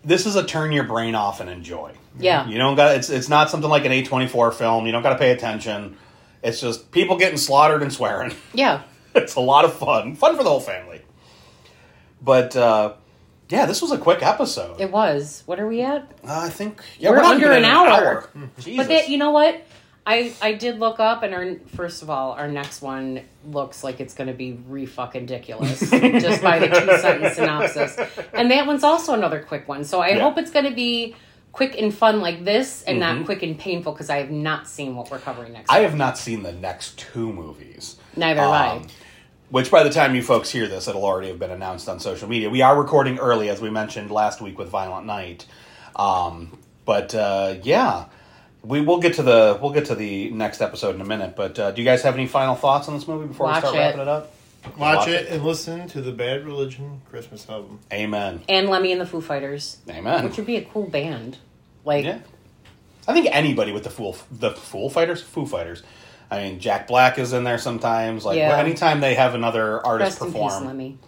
this is a turn your brain off and enjoy. Yeah. You don't got it's it's not something like an A twenty four film. You don't got to pay attention. It's just people getting slaughtered and swearing. <laughs> Yeah. it's a lot of fun. Fun for the whole family. But uh, yeah, this was a quick episode. It was. What are we at? Uh, I think yeah, We're not under even an in hour. Jesus. <laughs> But that, you know what? I I did look up, and our first of all, our next one looks like it's going to be re fucking <laughs> ridiculous just by the two sentence synopsis. And that one's also another quick one. So I Yeah. hope it's going to be quick and fun like this, and not quick and painful because I have not seen what we're covering next. Mm-hmm. I week. have not seen the next two movies. Neither have Um, Which by the time you folks hear this, it'll already have been announced on social media. We are recording early, as we mentioned last week with Violent Night. Um, but uh, yeah, we will get to the we'll get to the next episode in a minute. But uh, do you guys have any final thoughts on this movie before Watch we start it. wrapping it up? Watch, Watch it, it. and listen to the Bad Religion Christmas album. Amen. I. And Lemmy and the Foo Fighters, Amen. which would be a cool band. Like Yeah. I think anybody with the fool the fool fighters, foo fighters. I mean, Jack Black is in there sometimes. Like Yeah. anytime they have another artist rest in peace, perform, Lemmy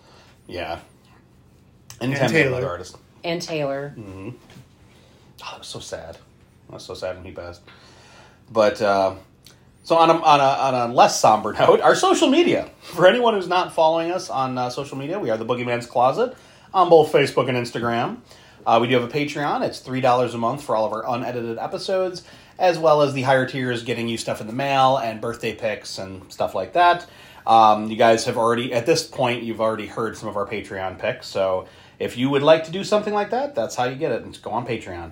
yeah. Anytime they have Taylor. another artist. and Taylor. Mm. Oh, that was so sad. That was so sad when he passed. But uh, so on a, on a on a less somber <laughs> note, our social media. For anyone who's not following us on uh, social media, we are the Boogeyman's Closet on both Facebook and Instagram. Uh, we do have a Patreon. It's three dollars a month for all of our unedited episodes, as well as the higher tiers, getting you stuff in the mail and birthday picks and stuff like that. Um, you guys have already at this point you've already heard some of our Patreon picks. So if you would like to do something like that, that's how you get it. It's go on Patreon.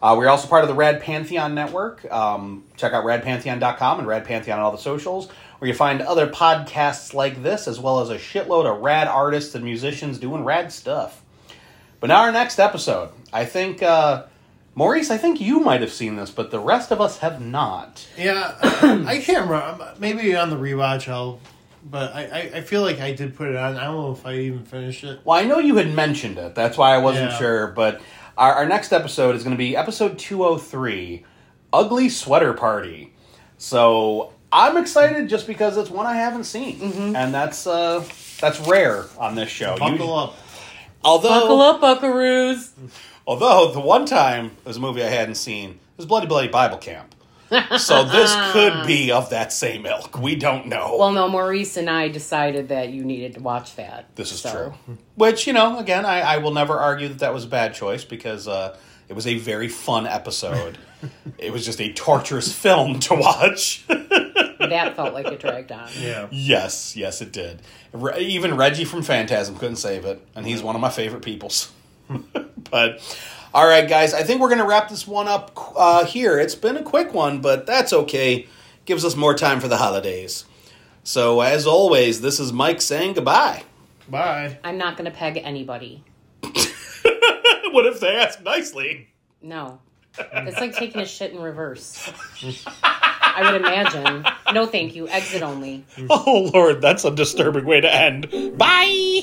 Uh, we're also part of the Rad Pantheon Network. Um, check out radpantheon.com and Rad Pantheon on all the socials, where you find other podcasts like this, as well as a shitload of rad artists and musicians doing rad stuff. But now, our next episode. I think, uh, Maurice, I think you might have seen this, but the rest of us have not. Yeah, <coughs> I can't remember. Maybe on the rewatch, I'll. But I, I, I feel like I did put it on. I don't know if I even finished it. Well, I know you had mentioned it. That's why I wasn't Yeah. sure. But our, our next episode is going to be episode 203 Ugly Sweater Party. So I'm excited just because it's one I haven't seen. And that's uh, that's rare on this show. Buckle up. Although, Buckle up, Buckaroos. Although the one time it was a movie I hadn't seen was Bloody Bloody Bible Camp. so this could be of that same ilk. We don't know. Well, no, Maurice and I decided that you needed to watch that. This is so. true. Which, you know, again, I, I will never argue that that was a bad choice because uh, it was a very fun episode. <laughs> it was just a torturous film to watch. <laughs> that felt like it dragged on. Yeah. yes, yes, it did. Re- even Reggie from Phantasm couldn't save it, and he's one of my favorite peoples. <laughs> but, all right, guys, I think we're going to wrap this one up uh, here. It's been a quick one, but that's okay. Gives us more time for the holidays. So, as always, this is Mike saying goodbye. Bye. I'm not going to peg anybody. <laughs> what if they ask nicely? No. It's like taking a shit <laughs> in reverse. I would imagine. No, thank you. Exit only. <laughs> Oh Lord, that's a disturbing way to end. Bye.